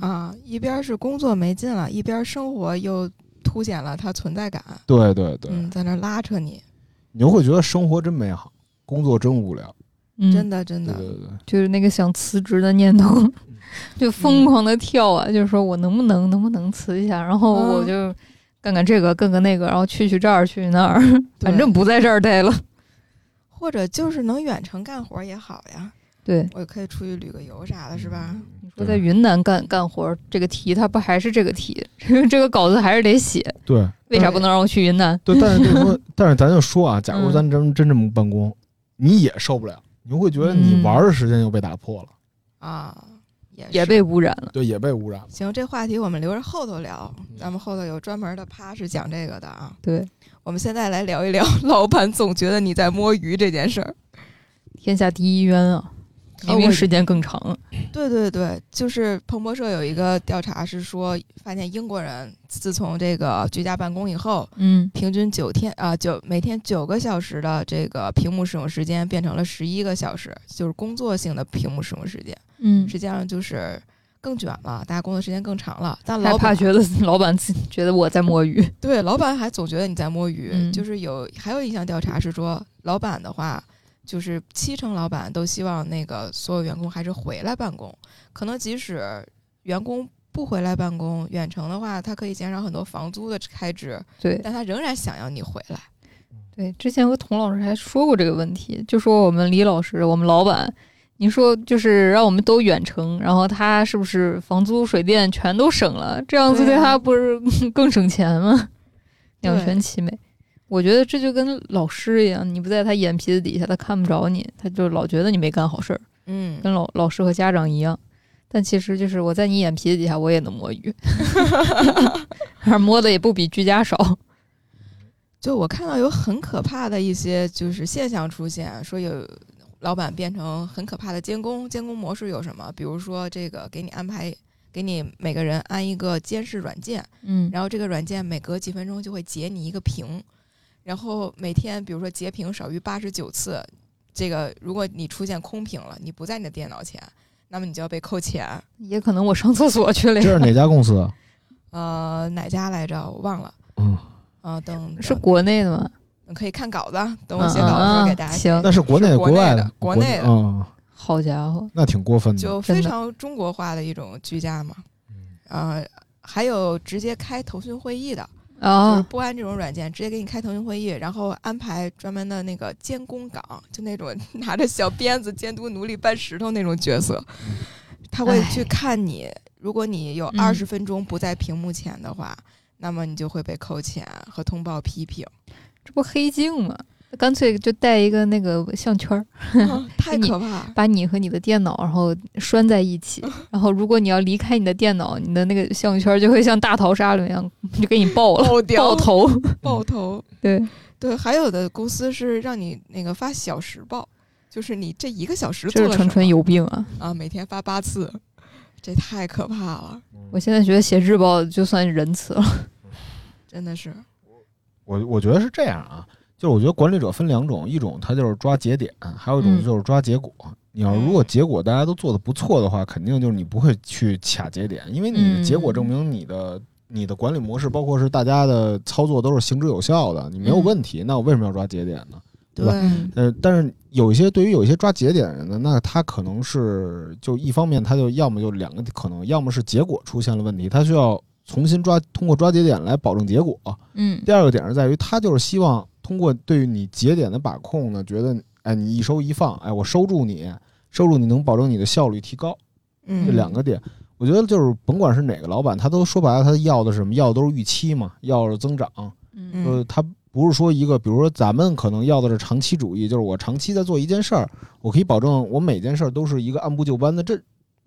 [SPEAKER 3] 啊，
[SPEAKER 1] 啊，一边是工作没劲了，一边生活又凸显了它存在感，
[SPEAKER 2] 对对对。
[SPEAKER 1] 嗯，在那拉扯你，
[SPEAKER 2] 你就会觉得生活真美好，工作真无聊。
[SPEAKER 1] 真
[SPEAKER 3] 的
[SPEAKER 1] 的真
[SPEAKER 2] 对
[SPEAKER 1] 的，
[SPEAKER 2] 对对，
[SPEAKER 3] 嗯就是那个想辞职的念头， 就疯狂的跳啊，就是说我能不能能不能辞一下，然后
[SPEAKER 1] 啊
[SPEAKER 3] 我就干干这个，干干那个，然后去去这儿，去去那儿，
[SPEAKER 1] 对
[SPEAKER 3] 反正不在这儿待了。
[SPEAKER 1] 或者就是能远程干活也好呀，
[SPEAKER 3] 对，
[SPEAKER 1] 我可以出去旅个游啥的，啊是吧？
[SPEAKER 2] 嗯？
[SPEAKER 3] 我在云南干干活，这个题它不还是这个题， 这个稿子还是得写，
[SPEAKER 2] 对
[SPEAKER 3] 为啥不能让我去云南？
[SPEAKER 2] 对，但是就是 说，但是咱就说啊，假如
[SPEAKER 3] 嗯
[SPEAKER 2] 咱真真这么办公，你也受不了，你会觉得你
[SPEAKER 3] 嗯
[SPEAKER 2] 玩的时间又被打破了，
[SPEAKER 1] 啊，也
[SPEAKER 3] 也
[SPEAKER 1] 是
[SPEAKER 3] 被污染了。
[SPEAKER 2] 对，也被污染了。
[SPEAKER 1] 行，这话题我们留着后头聊，
[SPEAKER 3] 嗯
[SPEAKER 1] 咱们后头有专门的趴是讲这个的啊。
[SPEAKER 3] 对，
[SPEAKER 1] 我们现在来聊一 聊，老板总觉得你在摸鱼这件事儿。
[SPEAKER 3] 天下第一冤啊！明
[SPEAKER 1] 哦
[SPEAKER 3] 明时间更长，
[SPEAKER 1] 对对对，就是彭博社有一个调查是说，发现英国人自从这个居家办公以后，
[SPEAKER 3] 嗯
[SPEAKER 1] 平均九天啊九、每天九个小时的这个屏幕使用时间变成了十一个小时，就是工作性的屏幕使用时间。
[SPEAKER 3] 嗯
[SPEAKER 1] 实际上就是更卷了，大家工作时间更长了，但
[SPEAKER 3] 害
[SPEAKER 1] 老
[SPEAKER 3] 怕
[SPEAKER 1] 板
[SPEAKER 3] 觉得老板自己觉得我在摸鱼。
[SPEAKER 1] 对老板还总觉得你在摸鱼，
[SPEAKER 3] 嗯
[SPEAKER 1] 就是有还有一项调查是说，老板的话就是七成老板都希望那个所有员工还是回来办公，可能即使员工。不回来办公，远程的话，他可以减少很多房租的开支，
[SPEAKER 3] 对
[SPEAKER 1] 但他仍然想要你回来。
[SPEAKER 3] 对，之前和童老师还说过这个问题，就说我们李老师，我们老板，你说就是让我们都远程，然后他是不是房租、水电全都省了？这样子
[SPEAKER 1] 对
[SPEAKER 3] 对
[SPEAKER 1] 啊
[SPEAKER 3] 他不是更 省钱吗？两
[SPEAKER 1] 对
[SPEAKER 3] 全其美。我觉得这就跟老师一样，你不在他眼皮子底下，他看不着你，他就老觉得你没干好事儿。
[SPEAKER 1] 嗯，
[SPEAKER 3] 跟老老师和家长一样，但其实就是我在你眼皮子底下我也能 摸鱼，而摸的也不比居家少。
[SPEAKER 1] 就我看到有很可怕的一些就是现象出现，说有老板变成很可怕的监工，监工模式有什么？比如说这个给你安排，给你每个人安一个监视软件，
[SPEAKER 3] 嗯，
[SPEAKER 1] 然后这个软件每隔几分钟就会截你一个屏，然后每天比如说截屏少于八十九次，这个如果你出现空屏了，你不在你的电脑前，那么你就要被扣钱。
[SPEAKER 3] 也可能我上厕所去了
[SPEAKER 2] 这
[SPEAKER 3] 呀。
[SPEAKER 2] 是哪家公 司啊？
[SPEAKER 1] 呃，哪家来着？我忘了。
[SPEAKER 2] 嗯，
[SPEAKER 1] 啊、等
[SPEAKER 3] 是
[SPEAKER 1] 等
[SPEAKER 3] 国内的吗？
[SPEAKER 1] 可以看稿子啊，等
[SPEAKER 3] 嗯
[SPEAKER 1] 我写稿的时候给大
[SPEAKER 3] 嗯
[SPEAKER 1] 家
[SPEAKER 3] 嗯行，
[SPEAKER 2] 那是国内
[SPEAKER 1] 是国内
[SPEAKER 2] 外
[SPEAKER 1] 的
[SPEAKER 2] 国
[SPEAKER 1] 国内的
[SPEAKER 2] 嗯，
[SPEAKER 3] 好家伙，
[SPEAKER 2] 那挺过分的。
[SPEAKER 1] 就
[SPEAKER 3] 真
[SPEAKER 1] 非
[SPEAKER 3] 的
[SPEAKER 1] 常中国化的一种居家嘛。呃，还有直接开腾讯会议的，就是
[SPEAKER 3] 啊，
[SPEAKER 1] 不安这种软件，直接给你开腾讯会议，然后安排专门的那个监工岗，就那种 拿着小鞭子监督奴隶搬石头那种角色，他会
[SPEAKER 3] 嗯唉
[SPEAKER 1] 去看你。如果你有
[SPEAKER 3] 嗯
[SPEAKER 1] 二十分钟不在屏幕前的话，那么你就会被扣钱和通报批评，
[SPEAKER 3] 这不黑镜吗？干脆就带一个那个项圈儿，
[SPEAKER 1] 太
[SPEAKER 3] 嗯哎你
[SPEAKER 1] 可怕了。
[SPEAKER 3] 把你和你的电脑然后拴在一 起，然后如果你要离开你的电脑，你的那个项圈就会像大逃杀里一样，就给你 爆了，
[SPEAKER 1] 爆 掉
[SPEAKER 3] 爆头。
[SPEAKER 1] 爆头，
[SPEAKER 3] 对，
[SPEAKER 1] 对，还有的公司是让你那个发小时报，就是你这一个小时做
[SPEAKER 3] 这
[SPEAKER 1] 了
[SPEAKER 3] 是
[SPEAKER 1] 什
[SPEAKER 3] 纯
[SPEAKER 1] 么
[SPEAKER 3] 纯有病啊！
[SPEAKER 1] 啊，每天发八次，这太可怕了，
[SPEAKER 2] 嗯
[SPEAKER 3] 我现在觉得写日报就算仁慈了。
[SPEAKER 1] 真的是。
[SPEAKER 2] 我我觉得是这样啊，就是我觉得管理者分两种，一种他就是抓节点，还有一种
[SPEAKER 3] 嗯
[SPEAKER 2] 就是抓结果。你要如果结果大家都做的不错的话，肯定就是你不会去卡节点，因为你的结果
[SPEAKER 3] 嗯
[SPEAKER 2] 证明你的、你的管理模式，包括是大家的操作都是行之有效的，你没有
[SPEAKER 3] 嗯
[SPEAKER 2] 问题。那我为什么要抓节点呢？对吧
[SPEAKER 3] 嗯
[SPEAKER 2] 呃，但是有一些对于有一些抓节点的人呢，那他可能是就一方面，他就要么就两个可能，要么是结果出现了问题，他需要重新抓通过抓节点来保证结果。
[SPEAKER 3] 嗯
[SPEAKER 2] 第二个点是在于，他就是希望通过对于你节点的把控呢，觉得哎你一收一放，哎我收住你，收住你能保证你的效率提高，这
[SPEAKER 1] 嗯，
[SPEAKER 2] 两个点。我觉得就是甭管是哪个老板，他都说白了，他要的是什么？要的都是预期嘛，要的是增长。
[SPEAKER 3] 嗯
[SPEAKER 1] 嗯
[SPEAKER 2] 呃，他不是说一个，比如说咱们可能要的是长期主义，就是我长期在做一件事儿，我可以保证我每件事儿都是一个按部就班的，这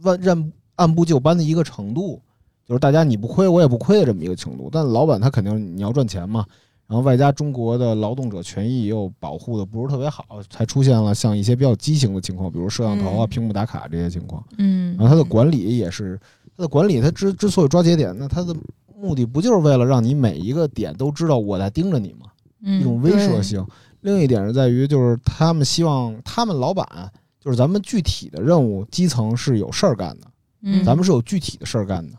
[SPEAKER 2] 按按按部就班的一个程度，就是大家你不亏我也不亏的这么一个程度。但老板他肯定你要赚钱嘛，然后外加中国的劳动者权益又保护的不是特别好，才出现了像一些比较畸形的情况，比如摄像头啊、
[SPEAKER 1] 嗯
[SPEAKER 2] 屏幕打卡这些情况。
[SPEAKER 3] 嗯
[SPEAKER 2] 然后他的管理也是，他的管理他之之所以抓节点，那他的目的不就是为了让你每一个点都知道我在盯着你吗？一种
[SPEAKER 3] 嗯
[SPEAKER 2] 威慑性。另一点是在于，就是他们希望他们老板，就是咱们具体的任务，基层是有事儿干的，
[SPEAKER 3] 嗯
[SPEAKER 2] 咱们是有具体的事儿干的。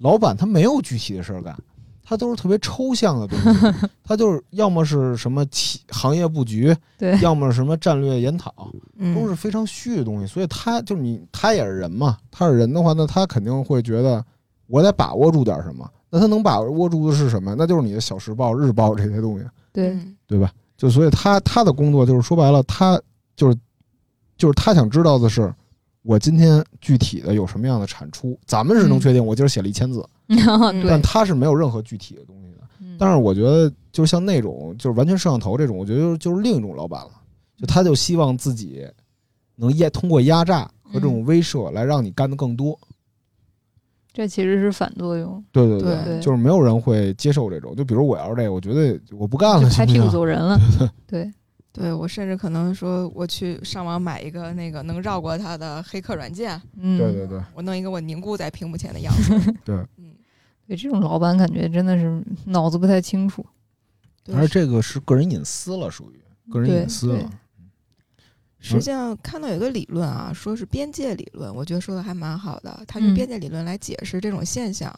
[SPEAKER 2] 老板他没有具体的事儿干，他都是特别抽象的东 西，他就是要么是什么企行业布局，
[SPEAKER 3] 对
[SPEAKER 2] 要么是什么战略研讨，
[SPEAKER 1] 嗯
[SPEAKER 2] 都是非常虚的东西，所以他就是你，他也是人嘛，他是人的话，那他肯定会觉得我得把握住点什么。那他能把握住的是什么？那就是你的小时报、日报这些东西，
[SPEAKER 3] 对，
[SPEAKER 1] 嗯
[SPEAKER 2] 对吧？就所以他他的工作就是说白了，他就是就是他想知道的是，我今天具体的有什么样的产出。咱们是能
[SPEAKER 3] 嗯
[SPEAKER 2] 确定，我今儿写了一千字，但
[SPEAKER 3] 对，嗯
[SPEAKER 2] 他是没有任何具体的东西的。但是我觉得，就是像那种就是完全摄像头这种，我觉得就是就是另一种老板了，就他就希望自己能压通过压榨和这种威慑来让你干的更多。
[SPEAKER 3] 这其实是反作用，
[SPEAKER 2] 对对
[SPEAKER 1] 对
[SPEAKER 3] 对
[SPEAKER 2] 就是没有人会接受这种。就比如我要是这个，我觉得我不干
[SPEAKER 3] 就
[SPEAKER 2] 了，
[SPEAKER 3] 拍
[SPEAKER 2] 行不
[SPEAKER 3] 屁股
[SPEAKER 2] 行？
[SPEAKER 3] 走人了。对，
[SPEAKER 1] 对我甚至可能说，我去上网买一个那个能绕过它的黑客软件，
[SPEAKER 3] 嗯，
[SPEAKER 2] 对对对，
[SPEAKER 1] 我弄一个我凝固在屏幕前的样 子。
[SPEAKER 2] 对，
[SPEAKER 1] 嗯，
[SPEAKER 3] 对这种老板感觉真的是脑子不太清楚。
[SPEAKER 1] 对
[SPEAKER 2] 而这个是个人隐私了，属于个人
[SPEAKER 3] 对
[SPEAKER 2] 隐私
[SPEAKER 3] 对
[SPEAKER 2] 了。
[SPEAKER 1] 实际上看到有个理论啊，说是边界理论，我觉得说的还蛮好的。他用
[SPEAKER 3] 嗯
[SPEAKER 1] 边界理论来解释这种现象，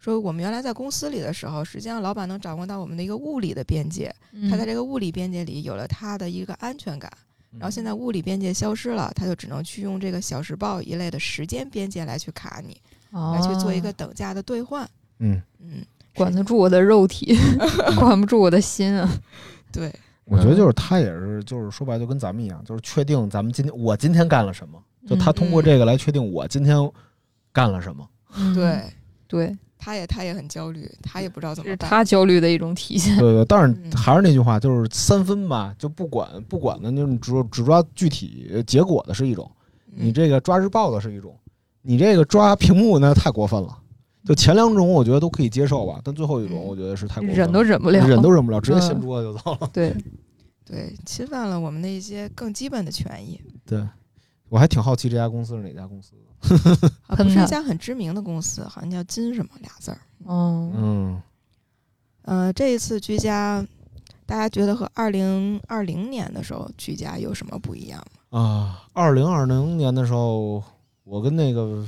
[SPEAKER 1] 说我们原来在公司里的时候，实际上老板能掌握到我们的一个物理的边界，
[SPEAKER 2] 嗯
[SPEAKER 3] 嗯
[SPEAKER 1] 他在这个物理边界里有了他的一个安全感。
[SPEAKER 2] 嗯
[SPEAKER 1] 然后现在物理边界消失了，他就只能去用这个小时报一类的时间边界来去卡你，来去做一个
[SPEAKER 3] 哦
[SPEAKER 1] 等价的兑换。
[SPEAKER 2] 嗯，
[SPEAKER 1] 嗯，
[SPEAKER 3] 管得住我的肉体， 管不住我的心 啊。
[SPEAKER 1] 对，
[SPEAKER 2] 我觉得就是他也是，就是说白了就跟咱们一样，就是确定咱们今天我今天干了什么，
[SPEAKER 3] 嗯
[SPEAKER 2] 就他通过这个来确定我今天干了什么。
[SPEAKER 3] 嗯
[SPEAKER 1] 对，
[SPEAKER 3] 对，
[SPEAKER 1] 他也他也很焦虑，他也不知道怎
[SPEAKER 3] 这
[SPEAKER 1] 么
[SPEAKER 3] 是
[SPEAKER 1] 办。
[SPEAKER 3] 他焦虑的一种体现。
[SPEAKER 2] 对对，但
[SPEAKER 1] 嗯
[SPEAKER 2] 是还是那句话，就是三分吧，就不管不管的，就是你只只抓具体结果的是一种，
[SPEAKER 1] 嗯
[SPEAKER 2] 你这个抓日报的是一种，你这个抓屏幕那太过分了。就前两种我觉得都可以接受吧，但最后一种
[SPEAKER 1] 嗯
[SPEAKER 2] 我觉得是太过分了，
[SPEAKER 3] 忍都忍不了，
[SPEAKER 2] 忍都忍不了，直接掀
[SPEAKER 3] 嗯
[SPEAKER 2] 桌子就走了。
[SPEAKER 3] 对，
[SPEAKER 1] 对侵犯了我们的一些更基本的权益。
[SPEAKER 2] 对，我还挺好奇这家公司是哪家公司。
[SPEAKER 1] 啊不
[SPEAKER 3] 喷
[SPEAKER 1] 是
[SPEAKER 3] 他
[SPEAKER 1] 一家很知名的公司，好像叫金什么俩字儿。
[SPEAKER 3] 嗯
[SPEAKER 2] 嗯
[SPEAKER 1] 呃，这一次居家，大家觉得和二零二零年的时候居家有什么不一样吗？
[SPEAKER 2] 啊，二零二零年的时候，我跟那个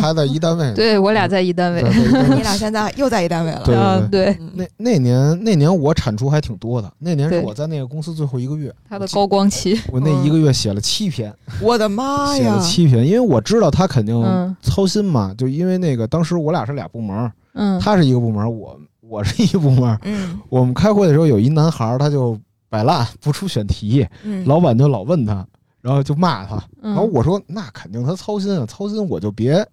[SPEAKER 2] 还在一单位呢。
[SPEAKER 3] 嗯 对我俩在一单位
[SPEAKER 2] 对，对对
[SPEAKER 1] 你俩现在又在一单位了。
[SPEAKER 2] 对
[SPEAKER 3] 啊，对，
[SPEAKER 1] 嗯
[SPEAKER 2] 那那年那年我产出还挺多的，那年是
[SPEAKER 3] 对
[SPEAKER 2] 我在那个公司最后一个月，
[SPEAKER 3] 他的高嗯光期，
[SPEAKER 2] 我那一个月写了七篇，
[SPEAKER 1] 我的妈
[SPEAKER 2] 写
[SPEAKER 1] 呀
[SPEAKER 2] 了！七篇，因为我知道他肯定
[SPEAKER 3] 哎嗯
[SPEAKER 2] 操心嘛，就因为那个当时我俩是俩部门，
[SPEAKER 3] 嗯，
[SPEAKER 2] 他是一个部门，我我是一个部门，
[SPEAKER 1] 嗯
[SPEAKER 2] 我们开会的时候有一男孩儿他就摆烂不出选题，
[SPEAKER 1] 嗯，
[SPEAKER 2] 老板就老问他，然后就骂他，然
[SPEAKER 3] 然
[SPEAKER 2] 后我说那肯定他操心啊，操心我就别，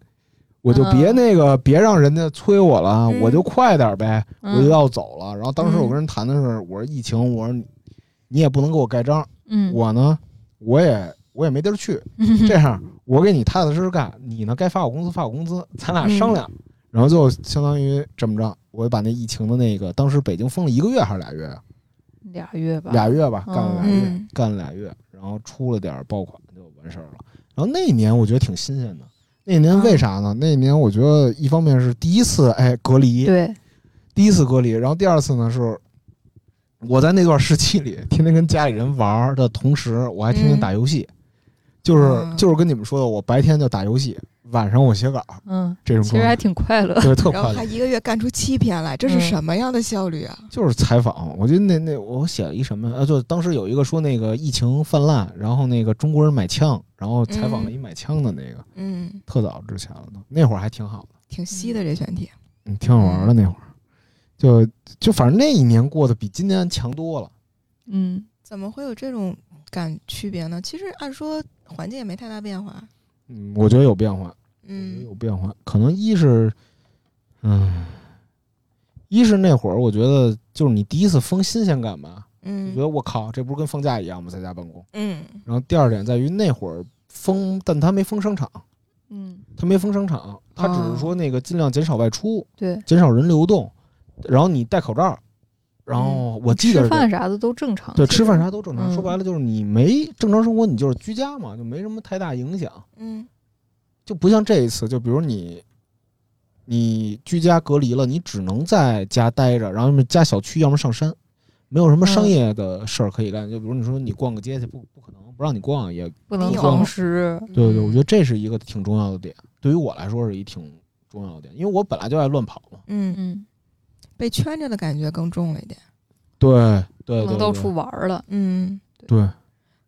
[SPEAKER 2] 我就别
[SPEAKER 3] 嗯
[SPEAKER 2] 那个，别让人家催我了，啊
[SPEAKER 1] 嗯
[SPEAKER 2] 我就快点儿呗，我就要走了。然后当时我
[SPEAKER 3] 嗯
[SPEAKER 2] 跟人谈的是，我说疫情，我说你你也不能给我盖章，
[SPEAKER 3] 嗯，
[SPEAKER 2] 我呢我也我也没地儿 去，这样我给你踏踏实实干，你呢该发我工资发我工资，咱俩
[SPEAKER 3] 嗯
[SPEAKER 2] 商量。然后就相当于这么着，我就把那疫情的那个，当时北京封了一个月还是俩月啊？
[SPEAKER 3] 俩月吧，
[SPEAKER 2] 俩月吧，
[SPEAKER 3] 嗯
[SPEAKER 2] 干了俩月，
[SPEAKER 1] 嗯
[SPEAKER 2] 干了俩月，然后出了点儿爆款就完事儿了。然后那一年我觉得挺新鲜的，那一
[SPEAKER 3] 嗯
[SPEAKER 2] 年为啥呢？那一年我觉得一方面是第一次哎隔离，
[SPEAKER 3] 对，
[SPEAKER 2] 第一次隔离，然后第二次呢是我在那段时期里天天跟家里人玩儿的同时，我还天天
[SPEAKER 1] 嗯
[SPEAKER 2] 打游戏，就是
[SPEAKER 1] 嗯
[SPEAKER 2] 就是跟你们说的，我白天就打游戏，晚上我写稿
[SPEAKER 3] 嗯，
[SPEAKER 2] 这种
[SPEAKER 3] 其
[SPEAKER 2] 状
[SPEAKER 3] 实
[SPEAKER 2] 态，
[SPEAKER 3] 还挺快乐，
[SPEAKER 2] 对，特
[SPEAKER 1] 然后
[SPEAKER 2] 快乐
[SPEAKER 1] 他。一个月干出七篇来，这是
[SPEAKER 3] 嗯
[SPEAKER 1] 什么样的效率啊？
[SPEAKER 2] 就是采访，我觉得那那我写了一什么呀？啊，就当时有一个说那个疫情泛滥，然后那个中国人买枪，然后采访了一买枪的那个，
[SPEAKER 1] 嗯，
[SPEAKER 2] 特早之前了都，那会儿还挺好的，
[SPEAKER 1] 挺稀的这选题。
[SPEAKER 2] 嗯，挺好玩的那会儿，就就反正那一年过得比今年强多了。
[SPEAKER 3] 嗯，
[SPEAKER 1] 怎么会有这种感区别呢？其实按说环境也没太大变化。
[SPEAKER 2] 嗯，我觉得有变化，我觉得
[SPEAKER 1] 嗯
[SPEAKER 2] 有变化，可能一是，嗯，一是那会儿我觉得就是你第一次封新鲜感吧，你
[SPEAKER 1] 嗯
[SPEAKER 2] 觉得我靠，这不是跟放假一样吗？在家办公。
[SPEAKER 1] 嗯
[SPEAKER 2] 然后第二点在于那会儿封，但他没封商场，
[SPEAKER 3] 嗯，
[SPEAKER 2] 他没封商场，他只是
[SPEAKER 3] 哦
[SPEAKER 2] 说那个尽量减少外出，
[SPEAKER 3] 对，
[SPEAKER 2] 减少人流动，然后你戴口罩，然后我记得
[SPEAKER 3] 嗯吃
[SPEAKER 2] 是
[SPEAKER 3] 饭啥的都正常，
[SPEAKER 2] 对
[SPEAKER 3] 其实
[SPEAKER 2] 吃饭啥都正常。
[SPEAKER 3] 嗯
[SPEAKER 2] 说白了就是你没正常生活，你就是居家嘛，就没什么太大影响。
[SPEAKER 1] 嗯
[SPEAKER 2] 就不像这一次，就比如你你居家隔离了，你只能在家待着，然后要么加小区，要么上山，没有什么商业的事儿可以干。就比如你说你逛个街去，不不可能不让你逛，也嗯
[SPEAKER 3] 不能
[SPEAKER 1] 没有
[SPEAKER 3] 堂食，
[SPEAKER 2] 对对，我觉
[SPEAKER 1] 得
[SPEAKER 2] 得这是一个挺重要的点，对于我来说是一挺重要的点，因为我本来就爱乱跑嘛。
[SPEAKER 1] 嗯
[SPEAKER 3] 嗯，
[SPEAKER 1] 被圈着的感觉更重了一点。
[SPEAKER 2] 对对
[SPEAKER 3] 不
[SPEAKER 2] 对，
[SPEAKER 3] 能到处玩儿了。
[SPEAKER 1] 嗯，
[SPEAKER 2] 对，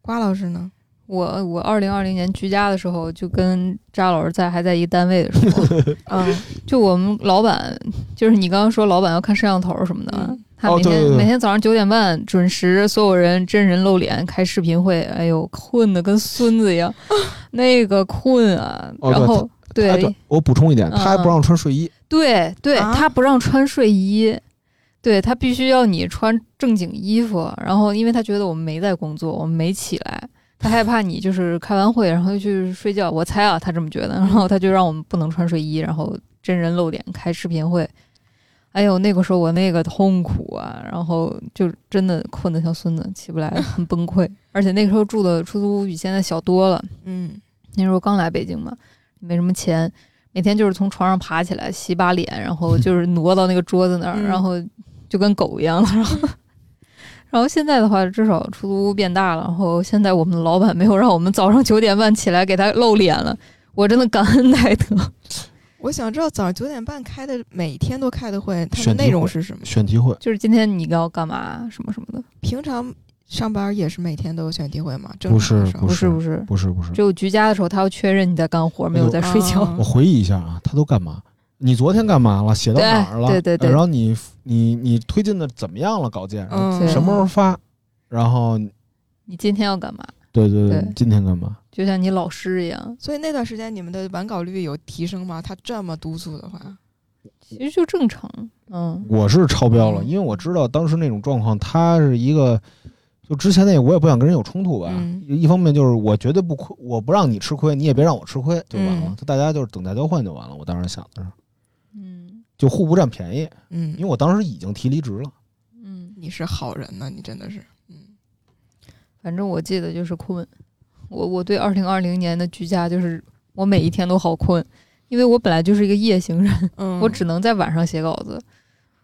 [SPEAKER 1] 瓜老师呢？
[SPEAKER 3] 我我二零二零年居家的时候，就跟扎老师在还在一单位的时候，
[SPEAKER 1] 嗯
[SPEAKER 3] 就我们老板，就是你刚刚说老板要看摄像头什么的，
[SPEAKER 1] 嗯
[SPEAKER 3] 他
[SPEAKER 2] 哦
[SPEAKER 3] 每天、
[SPEAKER 2] 对对对
[SPEAKER 3] 每天早上九点半准时，所有人真人露脸开视频会，哎呦，困的跟孙子一 样，那个困啊，
[SPEAKER 2] 哦
[SPEAKER 3] 然
[SPEAKER 2] 对
[SPEAKER 3] 后
[SPEAKER 2] 哎
[SPEAKER 3] 对
[SPEAKER 2] 对，我补充一点，
[SPEAKER 3] 嗯
[SPEAKER 2] 他还不让穿睡衣，
[SPEAKER 3] 对对，
[SPEAKER 1] 啊
[SPEAKER 3] 他不让穿睡衣，对他必须要你穿正经衣服。然后，因为他觉得我们没在工作，我们没起来，他害怕你就是开完会然后就去睡觉。我猜啊，他这么觉得，然后他就让我们不能穿睡衣，然后真人露脸开视频会。哎呦，那个时候我那个痛苦啊，然后就真的困得像孙子，起不来，很崩溃。而且那个时候住的出租屋比现在小多了，
[SPEAKER 1] 嗯
[SPEAKER 3] 那时候刚来北京嘛，没什么钱，每天就是从床上爬起来洗 把脸，然后就是挪到那个桌子那儿，
[SPEAKER 1] 嗯
[SPEAKER 3] 然后就跟狗一样了，然后然后现在的话，至少出租屋变大了，然后现在我们的老板没有让我们早上九点半起来给他露脸了，我真的感恩戴德。
[SPEAKER 1] 我想知道早上九点半开的，每天都开的会，它的
[SPEAKER 2] 选题
[SPEAKER 1] 内容
[SPEAKER 2] 会
[SPEAKER 1] 是什么？
[SPEAKER 2] 选题会，
[SPEAKER 3] 就是今天你要干嘛什么什么的，
[SPEAKER 1] 平常上班也是每天都有选题会吗？正
[SPEAKER 2] 不
[SPEAKER 1] 常
[SPEAKER 2] 是
[SPEAKER 1] 的时候
[SPEAKER 3] 不
[SPEAKER 2] 不
[SPEAKER 3] 是
[SPEAKER 2] 是
[SPEAKER 3] 不是，
[SPEAKER 2] 不是不是
[SPEAKER 3] 只，有居家的时候他要确认你在干活，没有在睡觉。
[SPEAKER 1] 啊
[SPEAKER 2] 我回忆一下啊，他都干嘛？你昨天干嘛了？写到
[SPEAKER 3] 对
[SPEAKER 2] 哪儿了？
[SPEAKER 3] 对对对
[SPEAKER 2] 然后你你你推进的怎么样了？稿件，
[SPEAKER 1] 嗯，
[SPEAKER 2] 什么时候发？然后
[SPEAKER 3] 你今天要干嘛？
[SPEAKER 2] 对对
[SPEAKER 3] 对
[SPEAKER 2] 你今天干嘛？
[SPEAKER 3] 就像你老师一样，
[SPEAKER 1] 所以那段时间你们的完稿率有提升吗？他这么督促的话，
[SPEAKER 3] 其实就正常。嗯，
[SPEAKER 2] 我是超标了，
[SPEAKER 1] 嗯
[SPEAKER 2] 因为我知道当时那种状况，他是一个，就之前那个我也不想跟人有冲突吧。
[SPEAKER 1] 嗯
[SPEAKER 2] 一方面就是我绝对不亏，我不让你吃亏，你也别让我吃亏，就完了。
[SPEAKER 1] 嗯
[SPEAKER 2] 就大家就是等价交换就完了。我当时想的是，
[SPEAKER 3] 嗯
[SPEAKER 2] 就互不占便宜，
[SPEAKER 1] 嗯
[SPEAKER 2] 因为，我当时已经提离职了。
[SPEAKER 3] 嗯，
[SPEAKER 1] 你是好人呢，你真的是，嗯，
[SPEAKER 3] 反正我记得就是困。我我对二零二零年的居家就是我每一天都好困，因为我本来就是一个夜行人，
[SPEAKER 1] 嗯
[SPEAKER 3] 我只能在晚上写稿子。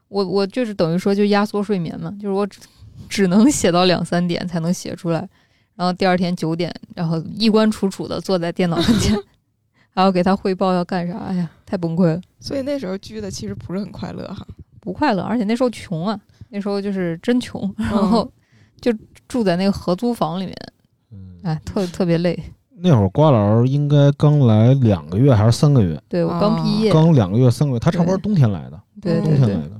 [SPEAKER 3] 我我就是等于说就压缩睡眠嘛，就是我只只能写到两三点才能写出来，然后第二天九点，然后衣冠楚楚的坐在电脑跟前， 还要给他汇报要干啥，哎呀，太崩溃了。
[SPEAKER 1] 所以那时候居的其实不是很快乐哈，
[SPEAKER 3] 不快乐，而且那时候穷啊，那时候就是真穷，然
[SPEAKER 1] 嗯
[SPEAKER 3] 后就住在那个合租房里面，
[SPEAKER 2] 嗯，
[SPEAKER 3] 哎，特特别累。
[SPEAKER 2] 那会儿瓜老师应该刚来两个月还是三个月，
[SPEAKER 3] 对我刚毕业，
[SPEAKER 2] 刚两个月三个月，他差不多
[SPEAKER 3] 对
[SPEAKER 2] 冬天来的，
[SPEAKER 3] 对
[SPEAKER 2] 冬
[SPEAKER 3] 对
[SPEAKER 2] 天
[SPEAKER 3] 对，
[SPEAKER 2] 来的。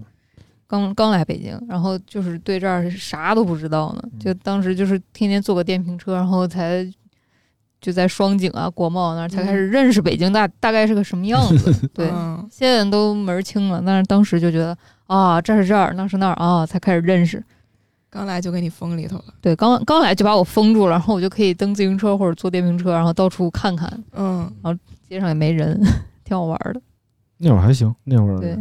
[SPEAKER 3] 刚刚来北京，然后就是对这儿啥都不知道呢，就当时就是天天坐个电瓶车，然后才就在双井啊、国贸那儿才开始认识北京大大概是个什么样 子。对，
[SPEAKER 1] 嗯
[SPEAKER 3] 现在都门儿清了，但是当时就觉得啊，这是这儿，那是那儿啊，才开始认识。
[SPEAKER 1] 刚来就给你封里头了，
[SPEAKER 3] 对，刚刚来就把我封住了，然后我就可以蹬自行车或者坐电瓶车，然后到处看看，
[SPEAKER 1] 嗯
[SPEAKER 3] 街上也没人， 挺好玩的。
[SPEAKER 2] 那会儿还行，那会儿
[SPEAKER 3] 对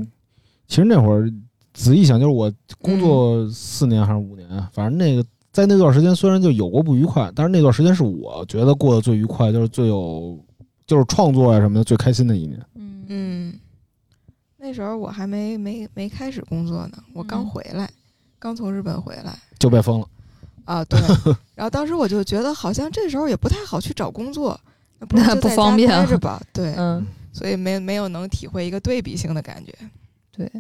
[SPEAKER 2] 其实那会儿仔细想，就是我工作四年还是五年，啊反正那个在那段时间虽然就有过不愉快，但是那段时间是我觉得过得最愉快，就是最有就是创作呀、什么的最开心的一年。
[SPEAKER 3] 嗯
[SPEAKER 1] 嗯，那时候我还没没没开始工作呢，我刚
[SPEAKER 3] 嗯
[SPEAKER 1] 回来，刚从日本回来。
[SPEAKER 2] 就被封了，
[SPEAKER 1] 啊，对。然后当时我就觉得，好像这时候也不太好去找工作，那不如
[SPEAKER 3] 那
[SPEAKER 1] 就
[SPEAKER 3] 不
[SPEAKER 1] 在
[SPEAKER 3] 方
[SPEAKER 1] 家
[SPEAKER 3] 便啊
[SPEAKER 1] 待 着吧。对，
[SPEAKER 3] 嗯，
[SPEAKER 1] 所以没没有能体会一个对比性的感觉。
[SPEAKER 3] 对，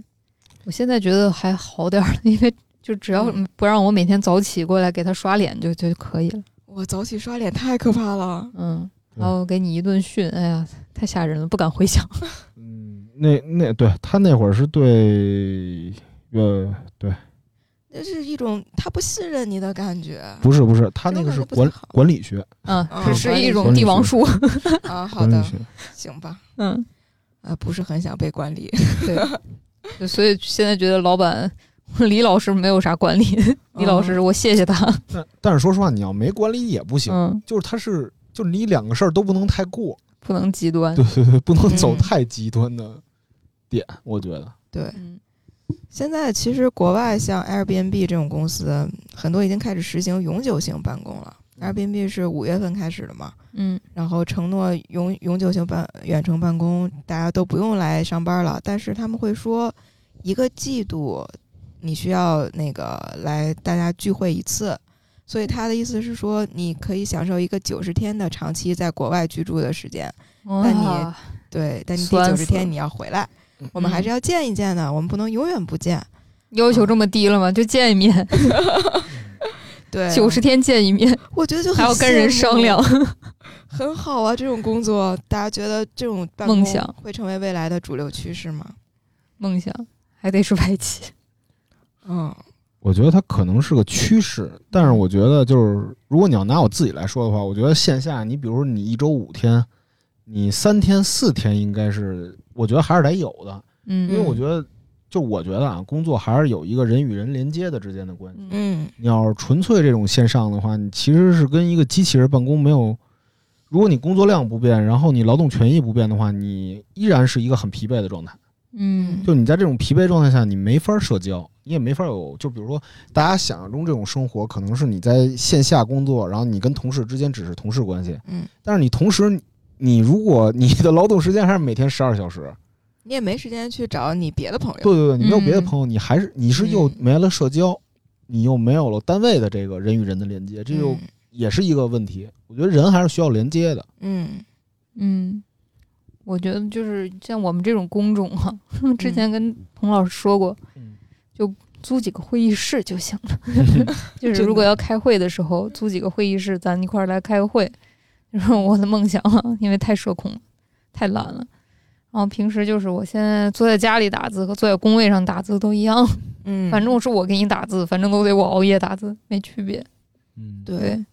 [SPEAKER 3] 我现在觉得还好点儿 了，因为就只要
[SPEAKER 1] 嗯
[SPEAKER 3] 不让我每天早起过来给他刷脸就就可以了。
[SPEAKER 1] 我早起刷脸太可怕了。
[SPEAKER 3] 嗯，
[SPEAKER 2] 对
[SPEAKER 3] 然后给你一顿训，哎呀，太吓人了，不敢 回想。
[SPEAKER 2] 嗯，那那对他那会儿是对，呃，对，
[SPEAKER 1] 那是一种他不信任你的感觉
[SPEAKER 2] 不是不是，他那
[SPEAKER 1] 这
[SPEAKER 2] 个
[SPEAKER 1] 个
[SPEAKER 2] 是
[SPEAKER 1] 就不
[SPEAKER 2] 管
[SPEAKER 1] 太好
[SPEAKER 2] 管理学，
[SPEAKER 3] 嗯，
[SPEAKER 1] 嗯
[SPEAKER 3] 只是一种
[SPEAKER 2] 管理
[SPEAKER 3] 帝王术。
[SPEAKER 1] 啊！好
[SPEAKER 2] 管理
[SPEAKER 1] 的，
[SPEAKER 2] 学，
[SPEAKER 1] 行吧，
[SPEAKER 3] 嗯，
[SPEAKER 1] 啊，不是很想被管理。
[SPEAKER 3] 对所以现在觉得老板 李老师没有啥管理，李老
[SPEAKER 1] 嗯
[SPEAKER 3] 师我谢谢他。
[SPEAKER 2] 但但是说实话，你要没管理也不行，
[SPEAKER 3] 嗯，
[SPEAKER 2] 就是他是就是你两个事儿都不能太过，
[SPEAKER 3] 不能极端。
[SPEAKER 2] 对对对，不能走
[SPEAKER 1] 嗯
[SPEAKER 2] 太极端的点，我觉得。
[SPEAKER 1] 对，
[SPEAKER 3] 嗯
[SPEAKER 1] 现在其实国外像 Airbnb 这种公司，很多已经开始实行永久性办公了。
[SPEAKER 2] 嗯
[SPEAKER 1] Airbnb 是五月份开始的嘛，
[SPEAKER 3] 嗯
[SPEAKER 1] 然后承诺永永久性办远程办公，大家都不用来上班了。但是他们会说，一个季度你需要那个来大家聚会一次，所以他的意思是说，你可以享受一个九十天的长期在国外居住的时间。
[SPEAKER 3] 哇，
[SPEAKER 1] 你对，但你第
[SPEAKER 3] 酸
[SPEAKER 1] 九
[SPEAKER 3] 死嗯
[SPEAKER 1] 十天你要回来，我们还是要见一见的，我们不能永远不见。
[SPEAKER 3] 要求这么低了吗？就见一面，
[SPEAKER 1] 对，
[SPEAKER 3] 九十，天见一面，
[SPEAKER 1] 我觉得就很
[SPEAKER 3] 还要跟人
[SPEAKER 1] 羡慕
[SPEAKER 3] 商量，。
[SPEAKER 1] 很好啊，这种工作，大家觉得这种办
[SPEAKER 3] 梦
[SPEAKER 1] 公
[SPEAKER 3] 想
[SPEAKER 1] 会成为未来的主流趋势吗？
[SPEAKER 3] 梦想还得是外企。
[SPEAKER 1] 嗯，
[SPEAKER 2] 我觉得它可能是个趋势，但是我觉得就是，如果你要拿我自己来说的话，我觉得线下你比如说你一周五天，你三天四天应该是，我觉得还是得有的，
[SPEAKER 3] 嗯，
[SPEAKER 2] 因为我觉得就我觉得啊，工作还是有一个人与人连接的之间的关系。
[SPEAKER 3] 嗯
[SPEAKER 1] 嗯
[SPEAKER 2] 你要是纯粹这种线上的话，你其实是跟一个机器人办公没有。如果你工作量不变，然后你劳动权益不变的话，你依然是一个很疲惫的状态。
[SPEAKER 3] 嗯
[SPEAKER 2] 就你在这种疲惫状态下，你没法社交，你也没法有，就比如说大家想象中这种生活，可能是你在线下工作，然后你跟同事之间只是同事关系，
[SPEAKER 1] 嗯，
[SPEAKER 2] 但是你同时你你如果你的劳动时间还是每天十二小时，
[SPEAKER 1] 你也没时间去找你别的朋友。
[SPEAKER 2] 对对对，你没有别的朋友，你还是你是又
[SPEAKER 1] 嗯
[SPEAKER 2] 没了社交，你又没有了单位的这个人与人的连接，这就
[SPEAKER 1] 嗯
[SPEAKER 2] 也是一个问题。我觉得人还是需要连接的。
[SPEAKER 1] 嗯
[SPEAKER 3] 嗯，我觉得就是像我们这种工种啊，之
[SPEAKER 1] 嗯
[SPEAKER 3] 前跟童老师说过，
[SPEAKER 2] 嗯
[SPEAKER 3] 租几个会议室就行 了。 就是
[SPEAKER 1] 真
[SPEAKER 3] 如
[SPEAKER 1] 的
[SPEAKER 3] 果要开会的时候，租几个会议室，咱一块儿来开个会，就是 我的梦想了，因为太社恐了，太懒了。然后平时就是我现在坐在家里打字和坐在工位上打字都一样，
[SPEAKER 1] 嗯，
[SPEAKER 3] 反正是我给你打字，反正都得我熬夜打字，没区别。
[SPEAKER 2] 嗯，
[SPEAKER 1] 对，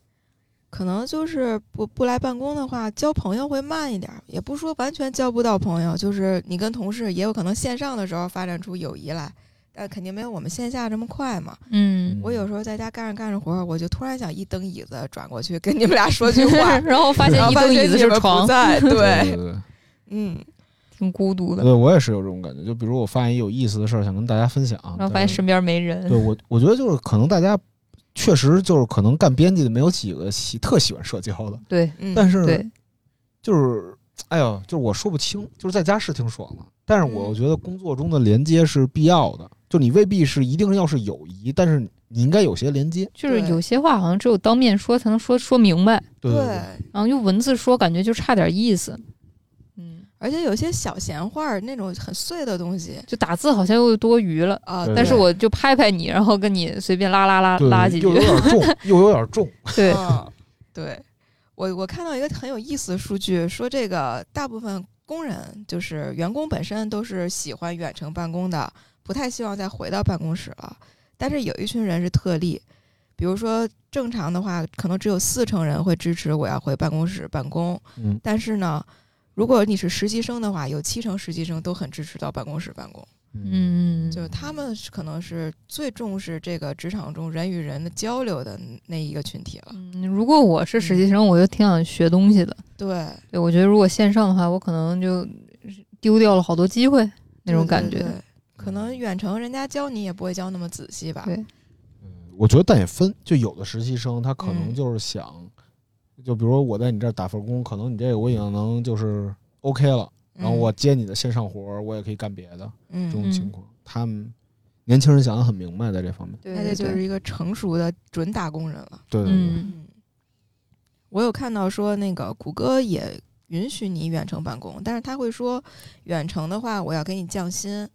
[SPEAKER 1] 可能就是不不来办公的话，交朋友会慢一点儿，也不说完全交不到朋友，就是你跟同事也有可能线上的时候发展出友谊来，但肯定没有我们线下这么快嘛。
[SPEAKER 3] 嗯，
[SPEAKER 1] 我有时候在家干着干着活儿，我就突然想一蹬椅子转过去跟你们俩说句话，
[SPEAKER 3] 然后发现
[SPEAKER 1] 然后
[SPEAKER 3] 一
[SPEAKER 1] 发
[SPEAKER 3] 凳椅
[SPEAKER 1] 现
[SPEAKER 3] 子
[SPEAKER 1] 你
[SPEAKER 3] 是
[SPEAKER 1] 们不
[SPEAKER 3] 床，
[SPEAKER 1] 在，
[SPEAKER 2] 对
[SPEAKER 1] 对，
[SPEAKER 2] 对
[SPEAKER 1] 嗯，
[SPEAKER 3] 挺孤独
[SPEAKER 2] 对，
[SPEAKER 3] 的。
[SPEAKER 2] 对我也是有这种感觉。就比如我发现一有意思的事儿，想跟大家分享，啊
[SPEAKER 3] 然后发
[SPEAKER 2] 但
[SPEAKER 3] 现
[SPEAKER 2] 是
[SPEAKER 3] 身边没人
[SPEAKER 2] 对，我，我觉得就是可能大家确实就是可能干编辑的没有几个喜特喜欢社交的，
[SPEAKER 3] 对
[SPEAKER 1] 嗯
[SPEAKER 2] 但是
[SPEAKER 3] 对，
[SPEAKER 2] 就是哎呦，就是我说不清，就是在家是挺爽的，但是我
[SPEAKER 1] 嗯
[SPEAKER 2] 觉得工作中的连接是必要的，就你未必是一定要是友谊，但是你应该有些连接。
[SPEAKER 3] 就是
[SPEAKER 1] 对
[SPEAKER 3] 有些话好像只有当面说才能说说明白，
[SPEAKER 2] 对
[SPEAKER 3] 然后用文字说感觉就差点意思。嗯，
[SPEAKER 1] 而且有些小闲话儿那种很碎的东西
[SPEAKER 3] 就打字好像又多余了，
[SPEAKER 1] 啊，
[SPEAKER 2] 对
[SPEAKER 3] 但是
[SPEAKER 1] 对
[SPEAKER 3] 我就拍拍你，然后跟你随便拉拉拉
[SPEAKER 2] 对
[SPEAKER 3] 拉几句
[SPEAKER 2] 又有。点 重，又有点重。
[SPEAKER 3] 对，
[SPEAKER 1] 嗯，对，我我看到一个很有意思的数据，说这个大部分工人就是员工本身都是喜欢远程办公的，不太希望再回到办公室了。但是有一群人是特例，比如说正常的话，可能只有四成人会支持我要回办公室办公，
[SPEAKER 2] 嗯，
[SPEAKER 1] 但是呢。如果你是实习生的话，有七成实习生都很支持到办公室办公，
[SPEAKER 3] 嗯，
[SPEAKER 1] 就是他们是可能是最重视这个职场中人与人的交流的那一个群体了。
[SPEAKER 3] 嗯如果我是实习
[SPEAKER 1] 嗯
[SPEAKER 3] 生，我就挺想学东西的。
[SPEAKER 1] 对，
[SPEAKER 3] 对，我觉得如果线上的话，我可能就丢掉了好多机会那种
[SPEAKER 1] 对
[SPEAKER 3] 感
[SPEAKER 1] 对
[SPEAKER 3] 觉。
[SPEAKER 1] 对可能远程人家教你也不会教那么仔细吧。
[SPEAKER 3] 对
[SPEAKER 2] 我觉得但也分，就有的实习生他可能
[SPEAKER 1] 嗯
[SPEAKER 2] 就是想，就比如说我在你这儿打份工，可能你这个我已
[SPEAKER 1] 嗯
[SPEAKER 2] 经能就是 OK 了，然后我接你的线上活儿，我也可以干别的这
[SPEAKER 1] 嗯，
[SPEAKER 2] 种情况。他们年轻人想的很明白，在这方面，
[SPEAKER 3] 对
[SPEAKER 1] 那
[SPEAKER 3] 对
[SPEAKER 1] 这就
[SPEAKER 3] 对
[SPEAKER 1] 是一个成熟的准打工人了。
[SPEAKER 2] 对对对，
[SPEAKER 3] 嗯，
[SPEAKER 1] 我有看到说那个谷歌也允许你远程办公，但是他会说远程的话，我要给你降薪，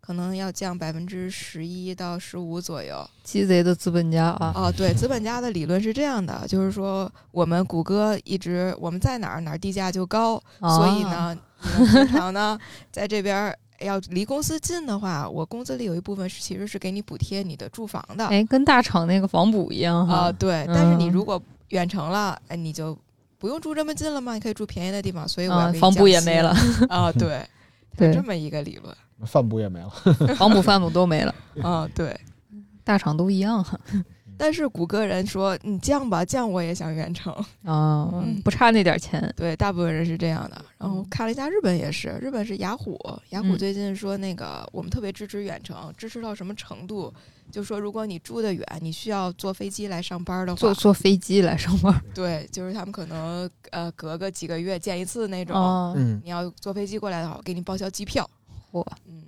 [SPEAKER 1] 可能要降百分之十一到十五左右。
[SPEAKER 3] 鸡贼的资本家啊，
[SPEAKER 1] 哦，对，资本家的理论是这样的，就是说我们谷歌一直我们在哪儿哪儿地价就高，所以
[SPEAKER 3] 啊，
[SPEAKER 1] 呢，你们平常呢， 在这边儿要离公司近的话，我工资里有一部分是其实是给你补贴你的住房的啊、
[SPEAKER 3] 哎，跟大厂那个房补一样哈。
[SPEAKER 1] 对。但是你
[SPEAKER 3] 嗯
[SPEAKER 1] 如果远程了，哎，你就不用住这么近了嘛，你可以住便宜的地方，所以我要
[SPEAKER 3] 啊，
[SPEAKER 1] 给你
[SPEAKER 3] 房补
[SPEAKER 1] 降
[SPEAKER 3] 也
[SPEAKER 1] 薪
[SPEAKER 3] 没了，
[SPEAKER 1] 啊、 对，
[SPEAKER 3] 对
[SPEAKER 1] 是这么一个理论
[SPEAKER 2] 嗯饭补也没了。
[SPEAKER 3] 房补、饭补都没了，
[SPEAKER 1] 啊、对。
[SPEAKER 3] 大厂都一样哈。
[SPEAKER 1] 但是谷歌人说你降吧，降我也想远程。
[SPEAKER 3] 啊，
[SPEAKER 1] 嗯
[SPEAKER 3] 不差那点钱。
[SPEAKER 1] 对，大部分人是这样的。然后
[SPEAKER 3] 嗯
[SPEAKER 1] 看了一下日本也是，日本是雅虎，雅虎
[SPEAKER 3] 嗯
[SPEAKER 1] 最近说那个、我们特别支持远程，支持到什么程度？就说如果你住得远，你需要坐飞机来上班的话
[SPEAKER 3] 坐，坐飞机来上 班
[SPEAKER 1] 对，就是他们可能呃隔个几个月见一次那种。
[SPEAKER 3] 啊，
[SPEAKER 2] 嗯，
[SPEAKER 1] 你要坐飞机过来的话，我给你报销机票。
[SPEAKER 3] 嚯
[SPEAKER 1] 嗯，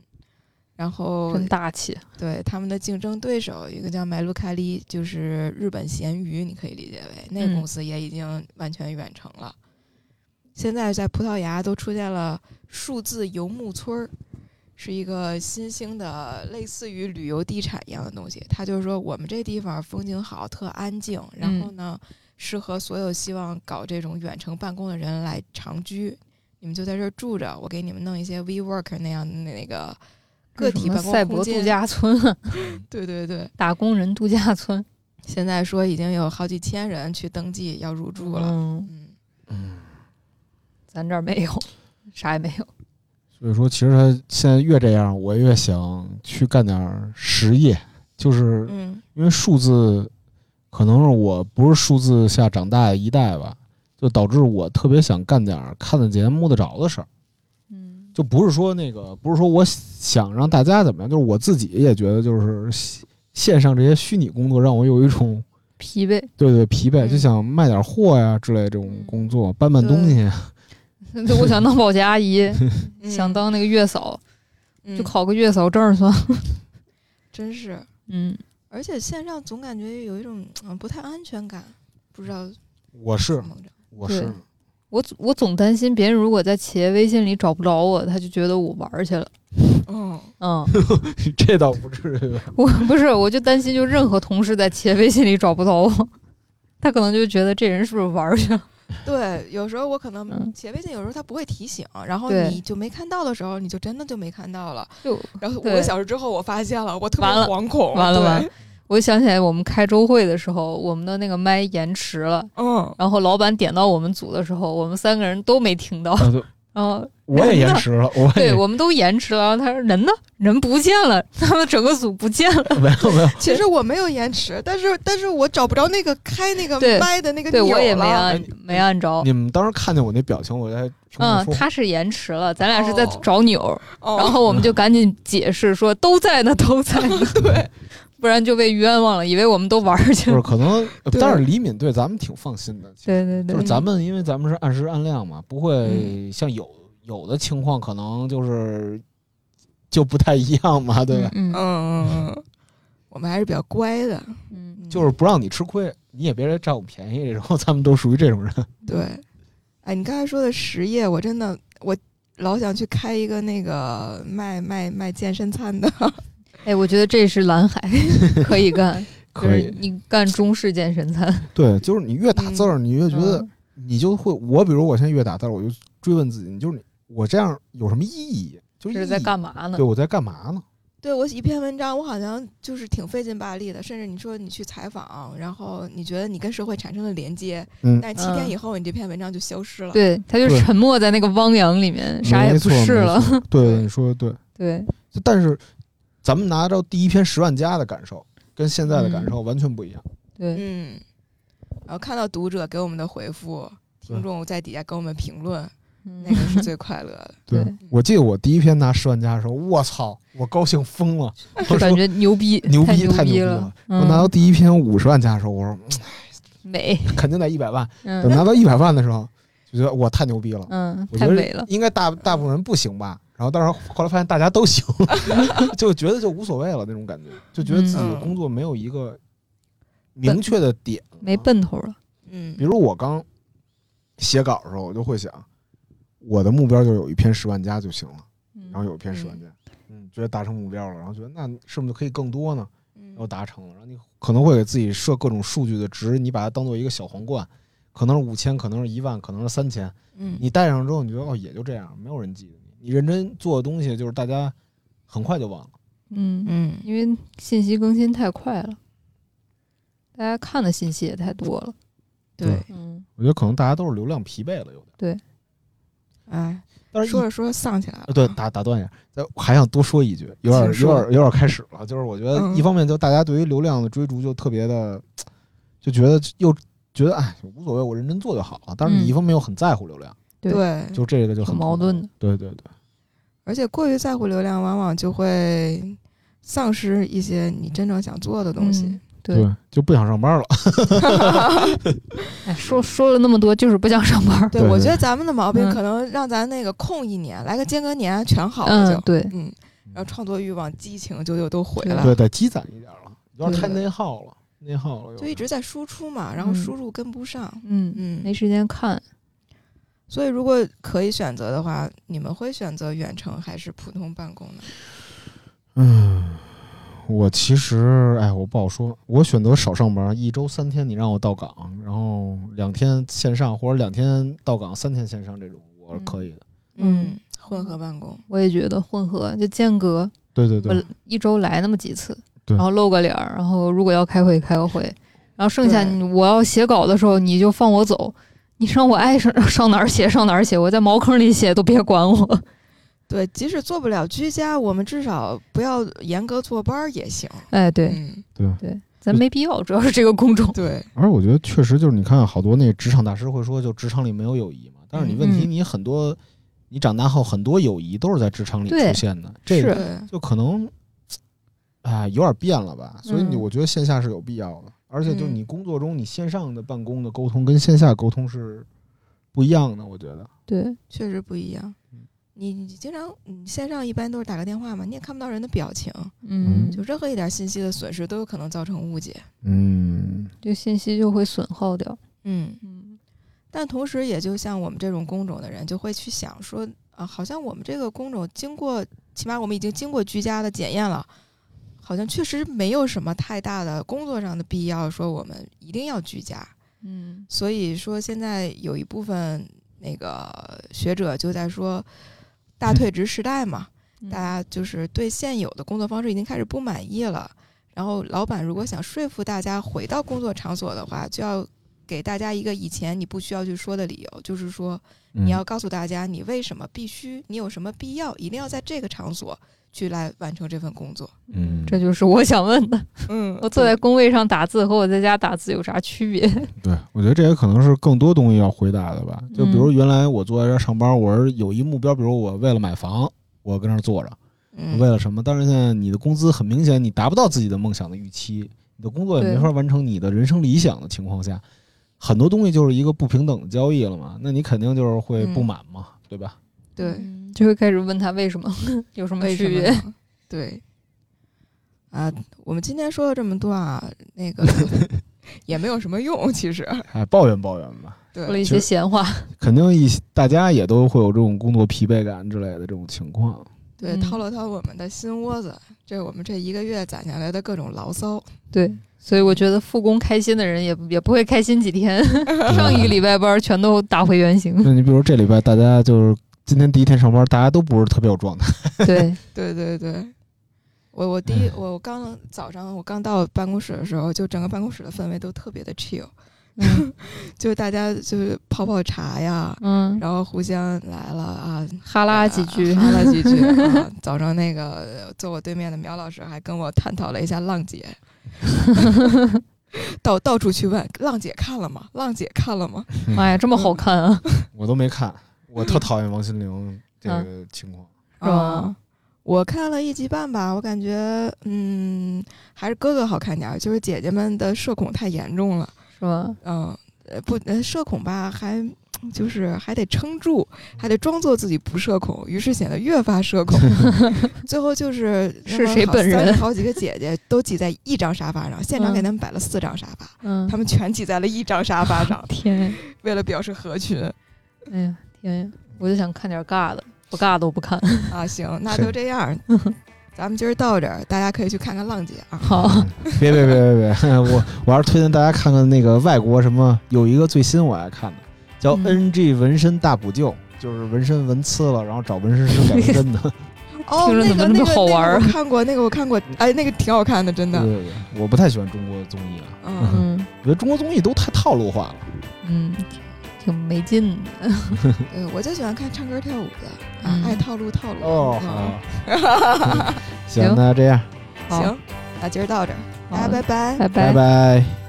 [SPEAKER 1] 然后
[SPEAKER 3] 真大气。
[SPEAKER 1] 对他们的竞争对手，一个叫
[SPEAKER 3] 嗯
[SPEAKER 1] 麦卢卡利，就是日本咸鱼，你可以理解为那个
[SPEAKER 3] 嗯
[SPEAKER 1] 公司也已经完全远程了。现在在葡萄牙都出现了数字游牧村儿，是一个新兴的类似于旅游地产一样的东西。他就是说，我们这地方风景好，特安静，然后呢，适合所有希望搞这种远程办公的人来长居。你们就在这儿住着，我给你们弄一些 WeWork 那样的那个个体
[SPEAKER 3] 什么
[SPEAKER 1] 办公
[SPEAKER 3] 赛
[SPEAKER 1] 空
[SPEAKER 3] 博
[SPEAKER 1] 间
[SPEAKER 3] 度假村 啊，
[SPEAKER 2] 嗯
[SPEAKER 1] 对对对，
[SPEAKER 3] 打工人度假村
[SPEAKER 1] 现在说已经有好几千人去登记要入住了。
[SPEAKER 3] 嗯，
[SPEAKER 1] 嗯
[SPEAKER 3] 咱这儿没有，啥也没有。
[SPEAKER 2] 所以说其实他现在越这样，我越想去干点儿实业，就是
[SPEAKER 1] 嗯
[SPEAKER 2] 因为数字，可能是我不是数字下长大的一代吧，就导致我特别想干点儿看得见摸得着的事儿，
[SPEAKER 3] 嗯，
[SPEAKER 2] 就不是说那个，不是说我想让大家怎么样，就是我自己也觉得就是线线上这些虚拟工作让我有一种
[SPEAKER 3] 疲惫，
[SPEAKER 2] 对对疲惫，
[SPEAKER 1] 嗯
[SPEAKER 2] 就想卖点货呀之类这种
[SPEAKER 3] 嗯
[SPEAKER 2] 工作，搬搬东 西。
[SPEAKER 3] 我想当保洁阿姨，
[SPEAKER 1] 嗯
[SPEAKER 3] 想当那个月嫂，
[SPEAKER 1] 嗯
[SPEAKER 3] 就考个月嫂证儿算了。
[SPEAKER 1] 真是，
[SPEAKER 3] 嗯，
[SPEAKER 1] 而且线上总感觉有一种嗯不太安全感，不知道
[SPEAKER 2] 我是
[SPEAKER 1] 怎么着。
[SPEAKER 2] 我
[SPEAKER 3] 嗯对
[SPEAKER 2] 是
[SPEAKER 3] 我总我总担心别人如果在企业微信里找不着我，他就觉得我玩儿去了。
[SPEAKER 1] 嗯，
[SPEAKER 3] 嗯，
[SPEAKER 2] 这倒不至于吧，
[SPEAKER 3] 我不是，我就担心就任何同事在企业微信里找不到我，他可能就觉得这人是不是玩儿去了？
[SPEAKER 1] 对，有时候我可能
[SPEAKER 3] 嗯
[SPEAKER 1] 企业微信有时候它不会提醒，然后
[SPEAKER 3] 对
[SPEAKER 1] 你就没看到的时候，你就真的就没看到了。
[SPEAKER 3] 就
[SPEAKER 1] 然后五
[SPEAKER 3] 对
[SPEAKER 1] 个小时之后，我发现了，我特别
[SPEAKER 3] 完了
[SPEAKER 1] 惶恐，
[SPEAKER 3] 完了
[SPEAKER 1] 对
[SPEAKER 3] 完了，我想起来我们开周会的时候，我们的那个麦延迟了，
[SPEAKER 1] 嗯，
[SPEAKER 3] 然后老板点到我们组的时候，我们三个人都没听到，
[SPEAKER 2] 啊对
[SPEAKER 3] 然后
[SPEAKER 2] 我也 延迟了，我 也
[SPEAKER 3] 对我们都延迟了。然后他说人呢？人不见了， 他们整个组不见了。
[SPEAKER 2] 没有 没有，
[SPEAKER 1] 其实我没有延迟，但是但是我找不着那个开那个
[SPEAKER 3] 对
[SPEAKER 1] 麦的那个
[SPEAKER 3] 对
[SPEAKER 1] 钮
[SPEAKER 3] 我也没
[SPEAKER 1] 了。
[SPEAKER 3] 按没按着。
[SPEAKER 2] 你们当时看见我那表情，我在屏幕
[SPEAKER 3] 嗯
[SPEAKER 2] 里，说
[SPEAKER 3] 他是延迟了，咱俩是在
[SPEAKER 1] 哦
[SPEAKER 3] 找钮，然
[SPEAKER 1] 哦，
[SPEAKER 3] 后我们就赶紧解释说都在呢，都在呢，
[SPEAKER 1] 对，
[SPEAKER 3] 不然就被冤枉了，以为我们都 玩儿
[SPEAKER 2] 不
[SPEAKER 3] 去
[SPEAKER 2] 是
[SPEAKER 3] 了。
[SPEAKER 2] 可能，呃
[SPEAKER 1] 对
[SPEAKER 2] 但是李敏对咱们挺放心的，其实
[SPEAKER 3] 对对
[SPEAKER 2] 就是
[SPEAKER 3] 对，嗯
[SPEAKER 2] 咱们因为咱们是按时按量嘛，不会像有有的情况可能就是就不太一样嘛，对吧？
[SPEAKER 3] 嗯
[SPEAKER 1] 嗯
[SPEAKER 3] 嗯
[SPEAKER 1] 嗯嗯，我们还是比较乖的，
[SPEAKER 3] 嗯，
[SPEAKER 1] 嗯
[SPEAKER 2] 就是不让你吃亏，你也别占我便宜，然后咱们都属于这种人。
[SPEAKER 1] 对，哎，你刚才说的实业，我真的我老想去开一个那个卖卖卖健身餐的，
[SPEAKER 3] 哎，我觉得这是 蓝海可以干，就是，你干中式健身餐，
[SPEAKER 2] 对，就是你越打字儿，你越觉得
[SPEAKER 3] 嗯
[SPEAKER 2] 你就会，我比如我现在越打字儿，我就追问自己，你就是你我这样有什么意义？就
[SPEAKER 3] 这
[SPEAKER 2] 是
[SPEAKER 3] 是
[SPEAKER 2] 意
[SPEAKER 3] 在
[SPEAKER 2] 义
[SPEAKER 3] 干嘛呢
[SPEAKER 2] 对，？我在干嘛呢？
[SPEAKER 1] 对我一篇文章，我好像就是挺费劲巴力的，甚至你说你去采访，然后你觉得你跟社会产生了连接，
[SPEAKER 2] 嗯
[SPEAKER 1] 但是七天
[SPEAKER 3] 嗯
[SPEAKER 1] 以后你这篇文章就消失了。
[SPEAKER 3] 对，他就
[SPEAKER 2] 对
[SPEAKER 3] 沉默在那个汪洋里面，啥也
[SPEAKER 2] 没
[SPEAKER 3] 不
[SPEAKER 2] 错
[SPEAKER 3] 是
[SPEAKER 2] 没
[SPEAKER 3] 了。
[SPEAKER 2] 错对，你说的对。
[SPEAKER 3] 对，
[SPEAKER 2] 就但是咱们拿到第一篇十万加的感受，跟现在的感
[SPEAKER 3] 嗯
[SPEAKER 2] 受完全不一样。
[SPEAKER 3] 对，
[SPEAKER 1] 嗯，然后看到读者给我们的回复，听
[SPEAKER 2] 对
[SPEAKER 1] 众在底下给我们评论，
[SPEAKER 3] 嗯
[SPEAKER 1] 那个是最快乐的。
[SPEAKER 3] 对
[SPEAKER 2] 我记得我第一篇拿十万加的时候，我操，我高兴疯了，
[SPEAKER 3] 就
[SPEAKER 2] 我
[SPEAKER 3] 感
[SPEAKER 2] 说
[SPEAKER 3] 觉牛逼，
[SPEAKER 2] 牛
[SPEAKER 3] 太
[SPEAKER 2] 逼
[SPEAKER 3] 牛
[SPEAKER 2] 太牛逼
[SPEAKER 3] 了
[SPEAKER 2] 了。我拿到
[SPEAKER 3] 嗯
[SPEAKER 2] 第一篇五十万加的时候，我说嗯
[SPEAKER 3] 美，
[SPEAKER 2] 肯定得一百万。等
[SPEAKER 3] 嗯
[SPEAKER 2] 拿到一百万的时候，就觉得我太牛逼了，
[SPEAKER 3] 嗯，
[SPEAKER 2] 我觉
[SPEAKER 3] 太
[SPEAKER 2] 得
[SPEAKER 3] 美了。
[SPEAKER 2] 应该大大部分人不行吧。然后，但是后来发现大家都 行，就觉得就无所谓了那种感觉，就觉得自己的
[SPEAKER 1] 嗯
[SPEAKER 2] 工作没有一个明确的点，
[SPEAKER 3] 没奔头了，
[SPEAKER 1] 嗯
[SPEAKER 2] 比，如我刚写稿的时候，我就会想，我的目标就有一篇十万加就行了，
[SPEAKER 3] 嗯
[SPEAKER 2] 然后有一篇十万加，嗯，觉得达成目标了，然后觉得那是不是可以更多呢？
[SPEAKER 1] 嗯
[SPEAKER 2] 然后达成了，然后你可能会给自己设各种数据的值，你把它当做一个小皇冠，可能是五千，可能是一万，可能是三千，
[SPEAKER 1] 嗯
[SPEAKER 2] 你戴上之后，你觉得哦也就这样，没有人记得你，你认真做的东西就是大家很快就忘了。
[SPEAKER 3] 嗯，
[SPEAKER 1] 嗯
[SPEAKER 3] 因为信息更新太快了，大家看的信息也太多了，
[SPEAKER 1] 对，
[SPEAKER 3] 嗯，
[SPEAKER 2] 我觉得可能大家都是流量疲惫了，有点。
[SPEAKER 1] 哎，
[SPEAKER 2] 但是一
[SPEAKER 1] 说着说着丧起来了
[SPEAKER 2] 呃，。对，
[SPEAKER 3] 嗯
[SPEAKER 2] 打打断一下，再还想多说一句，有点
[SPEAKER 1] 请
[SPEAKER 2] 有
[SPEAKER 1] 说
[SPEAKER 2] 点有点开始了，就是我觉得
[SPEAKER 1] 嗯
[SPEAKER 2] 一方面就大家对于流量的追逐就特别的，就觉得又觉得哎无所谓，我认真做就好了。但是你
[SPEAKER 3] 嗯
[SPEAKER 2] 一方面又很在乎流量，
[SPEAKER 3] 对
[SPEAKER 1] 对，
[SPEAKER 2] 就这个就
[SPEAKER 3] 挺
[SPEAKER 2] 很
[SPEAKER 3] 矛盾
[SPEAKER 2] 的。
[SPEAKER 3] 的。
[SPEAKER 2] 对对对，
[SPEAKER 1] 而且过于在乎流量，往往就会丧失一些你真正想做的东西
[SPEAKER 3] 嗯。对，
[SPEAKER 2] 就不想上班了。
[SPEAKER 3] 哎，说说了那么多，就是不想上班儿。
[SPEAKER 1] 对，
[SPEAKER 2] 对
[SPEAKER 1] 我觉
[SPEAKER 2] 对
[SPEAKER 1] 得咱们的毛病
[SPEAKER 3] 嗯
[SPEAKER 1] 可能让咱那个空一年，来个间隔年全 好了
[SPEAKER 3] 嗯
[SPEAKER 1] 就，。
[SPEAKER 3] 对，
[SPEAKER 1] 嗯，然后创作欲望、激情就又都回来了，
[SPEAKER 2] 对，得积攒一点了，有点太
[SPEAKER 3] 对
[SPEAKER 2] 内耗了，内耗了有点。
[SPEAKER 1] 就一直在输出嘛，然后
[SPEAKER 3] 嗯
[SPEAKER 1] 输入跟不上。
[SPEAKER 3] 嗯，
[SPEAKER 1] 嗯，
[SPEAKER 3] 没时间看。
[SPEAKER 1] 所以如果可以选择的话，你们会选择远程还是普通办公呢？
[SPEAKER 2] 嗯，我其实哎，我不好说。我选择少上班，一周三天，你让我到岗，然后两天线上或者两天到岗，三天线上这种，我是可以的。
[SPEAKER 3] 嗯，
[SPEAKER 1] 混合办公。
[SPEAKER 3] 我也觉得混合就间隔，
[SPEAKER 2] 对对对
[SPEAKER 3] 我，一周来那么几次，
[SPEAKER 2] 对
[SPEAKER 3] 然后露个脸儿，然后如果要开会开个会，然后剩下
[SPEAKER 1] 对
[SPEAKER 3] 你我要写稿的时候你就放我走，你让我爱上 上哪儿写上哪儿写，我在茅坑里写都别管我。
[SPEAKER 1] 对，即使做不了居家，我们至少不要严格坐班儿也行。
[SPEAKER 3] 哎，对
[SPEAKER 1] 嗯，
[SPEAKER 2] 对。
[SPEAKER 3] 对，咱没必要，主要是这个 工种。
[SPEAKER 1] 对，
[SPEAKER 2] 而且我觉得确实就是，你看好多那职场大师会说，就职场里没有友谊嘛。但是你问题，
[SPEAKER 3] 嗯
[SPEAKER 2] 你很多，你长大后很多友谊都是在职场里
[SPEAKER 3] 对
[SPEAKER 2] 出现的，这个
[SPEAKER 3] 是
[SPEAKER 1] 对，
[SPEAKER 2] 就可能，哎，有点变了吧。所以你
[SPEAKER 3] 嗯
[SPEAKER 2] 我觉得线下是有必要的，而且就
[SPEAKER 1] 嗯
[SPEAKER 2] 你工作中你线上的办公的沟通跟线下沟通是不一样的，我觉得。
[SPEAKER 3] 对，
[SPEAKER 1] 确实不一样。你你经常你线上一般都是打个电话嘛，你也看不到人的表情，
[SPEAKER 3] 嗯，
[SPEAKER 1] 就任何一点信息的损失都有可能造成误解。
[SPEAKER 2] 嗯
[SPEAKER 3] 就信息就会损耗掉。
[SPEAKER 1] 嗯，
[SPEAKER 3] 嗯
[SPEAKER 1] 但同时也就像我们这种工种的人，就会去想说啊，好像我们这个工种经过，起码我们已经经过居家的检验了，好像确实没有什么太大的工作上的必要，说我们一定要居家。
[SPEAKER 3] 嗯
[SPEAKER 1] 所以说，现在有一部分那个学者就在说，大退职时代嘛，
[SPEAKER 3] 嗯
[SPEAKER 1] 大家就是对现有的工作方式已经开始不满意了。然后，老板如果想说服大家回到工作场所的话，就要给大家一个以前你不需要去说的理由，就是说
[SPEAKER 2] 嗯
[SPEAKER 1] 你要告诉大家你为什么必须，你有什么必要，一定要在这个场所去来完成这份工作。
[SPEAKER 2] 嗯
[SPEAKER 3] 这就是我想问的。
[SPEAKER 1] 嗯
[SPEAKER 3] 我坐在工位上打字和我在家打字有啥区别？
[SPEAKER 2] 对，我觉得这也可能是更多东西要回答的吧。就比
[SPEAKER 3] 嗯
[SPEAKER 2] 如原来我坐在这儿上班，我是有一目标，比如我为了买房，我跟那儿坐着，
[SPEAKER 1] 嗯
[SPEAKER 2] 为了什么？但是现在你的工资很明显，你达不到自己的梦想的预期，你的工作也
[SPEAKER 3] 对
[SPEAKER 2] 没法完成你的人生理想的情况下，很多东西就是一个不平等的交易了嘛。那你肯定就是会不
[SPEAKER 1] 嗯
[SPEAKER 2] 满嘛，对吧？
[SPEAKER 1] 对。
[SPEAKER 3] 嗯，就会开始问他为什么 有什么
[SPEAKER 1] 为
[SPEAKER 3] 区
[SPEAKER 1] 什么
[SPEAKER 3] 别？
[SPEAKER 1] 呢？对，啊，我们今天说了这么多啊，那个也没有什么用，其实
[SPEAKER 2] 哎，抱怨抱怨吧，
[SPEAKER 3] 说了一
[SPEAKER 1] 对，
[SPEAKER 3] 些闲话，
[SPEAKER 2] 肯定一些大家也都会有这种工作疲惫感之类的这种情况。
[SPEAKER 1] 对，
[SPEAKER 3] 嗯
[SPEAKER 1] 掏了掏我们的心窝子，这是我们这一个月攒下来的各种牢骚。
[SPEAKER 3] 对。所以我觉得复工开心的人也也不会开心几 天，上一个礼拜班全都打回原形。
[SPEAKER 2] 那你比如这礼拜大家就是今天第一天上班，大家都不是特别有状态。
[SPEAKER 3] 对，
[SPEAKER 1] 对对对，我我第一我我刚早上我刚到办公室的时候，就整个办公室的氛围都特别的 chill，
[SPEAKER 3] 嗯
[SPEAKER 1] 就是大家就是泡泡茶呀，
[SPEAKER 3] 嗯，
[SPEAKER 1] 然后嗯互相来了啊，
[SPEAKER 3] 哈拉几 句，
[SPEAKER 1] 哈拉几 句。啊、早上那个呃坐我对面的苗老师还跟我探讨了一下浪姐， 到到处去问浪姐看了吗？浪姐看了吗？
[SPEAKER 3] 妈呀，这么
[SPEAKER 1] 嗯
[SPEAKER 3] 好看啊！
[SPEAKER 2] 我都没看，我
[SPEAKER 3] 嗯
[SPEAKER 2] 特讨厌王心凌这个情况。
[SPEAKER 3] 是吧
[SPEAKER 1] 啊我看了一集半吧，我感觉嗯，还是哥哥好看点儿，就是姐姐们的社恐太严重了。
[SPEAKER 3] 是吧？
[SPEAKER 1] 嗯，呃不，呃社恐吧还。就是还得撑住，还得装作自己不社恐，于是显得越发社 恐。最后就是
[SPEAKER 3] 是谁本人
[SPEAKER 1] 那么好好几个姐姐都挤在一张沙发上，现场给他们摆了四张沙发，
[SPEAKER 3] 嗯，
[SPEAKER 1] 他，们全挤在了一张沙发上
[SPEAKER 3] 天呀，
[SPEAKER 1] 为了表示合群
[SPEAKER 3] 哎呀，天呀，我就想看点尬的，不尬的我不看。
[SPEAKER 1] 啊。行，那就这样， 咱们今儿到这儿，大家可以去看看浪姐啊。
[SPEAKER 3] 好，
[SPEAKER 2] 嗯别别别别别， 我我还是推荐大家看看那个外国什么，有一个最新我爱看的叫
[SPEAKER 3] 嗯
[SPEAKER 2] NG 纹身大补救，就是纹身纹刺了，然后找纹身师改纹身的。
[SPEAKER 1] 哦，
[SPEAKER 3] 听着
[SPEAKER 1] 那
[SPEAKER 3] 怎
[SPEAKER 1] 个
[SPEAKER 3] 么
[SPEAKER 1] 那个
[SPEAKER 3] 这么好玩
[SPEAKER 1] 那
[SPEAKER 3] 儿
[SPEAKER 1] 个我看过，那个我看过，哎，那个挺好看的，真
[SPEAKER 2] 对
[SPEAKER 1] 的。
[SPEAKER 2] 对对，我不太喜欢中国综艺啊，
[SPEAKER 1] 嗯，
[SPEAKER 3] 嗯
[SPEAKER 2] 我觉得中国综艺都太套路化了。
[SPEAKER 3] 嗯，挺没劲的。
[SPEAKER 1] 对，嗯我就喜欢看唱歌跳舞的，啊
[SPEAKER 3] 嗯，
[SPEAKER 1] 爱套路套路。
[SPEAKER 2] 哦，
[SPEAKER 1] 嗯
[SPEAKER 2] 好，嗯行，那这样，
[SPEAKER 3] 好
[SPEAKER 1] 行，那今儿到这儿，大家
[SPEAKER 3] 好
[SPEAKER 1] 拜拜。
[SPEAKER 3] 拜
[SPEAKER 2] 拜拜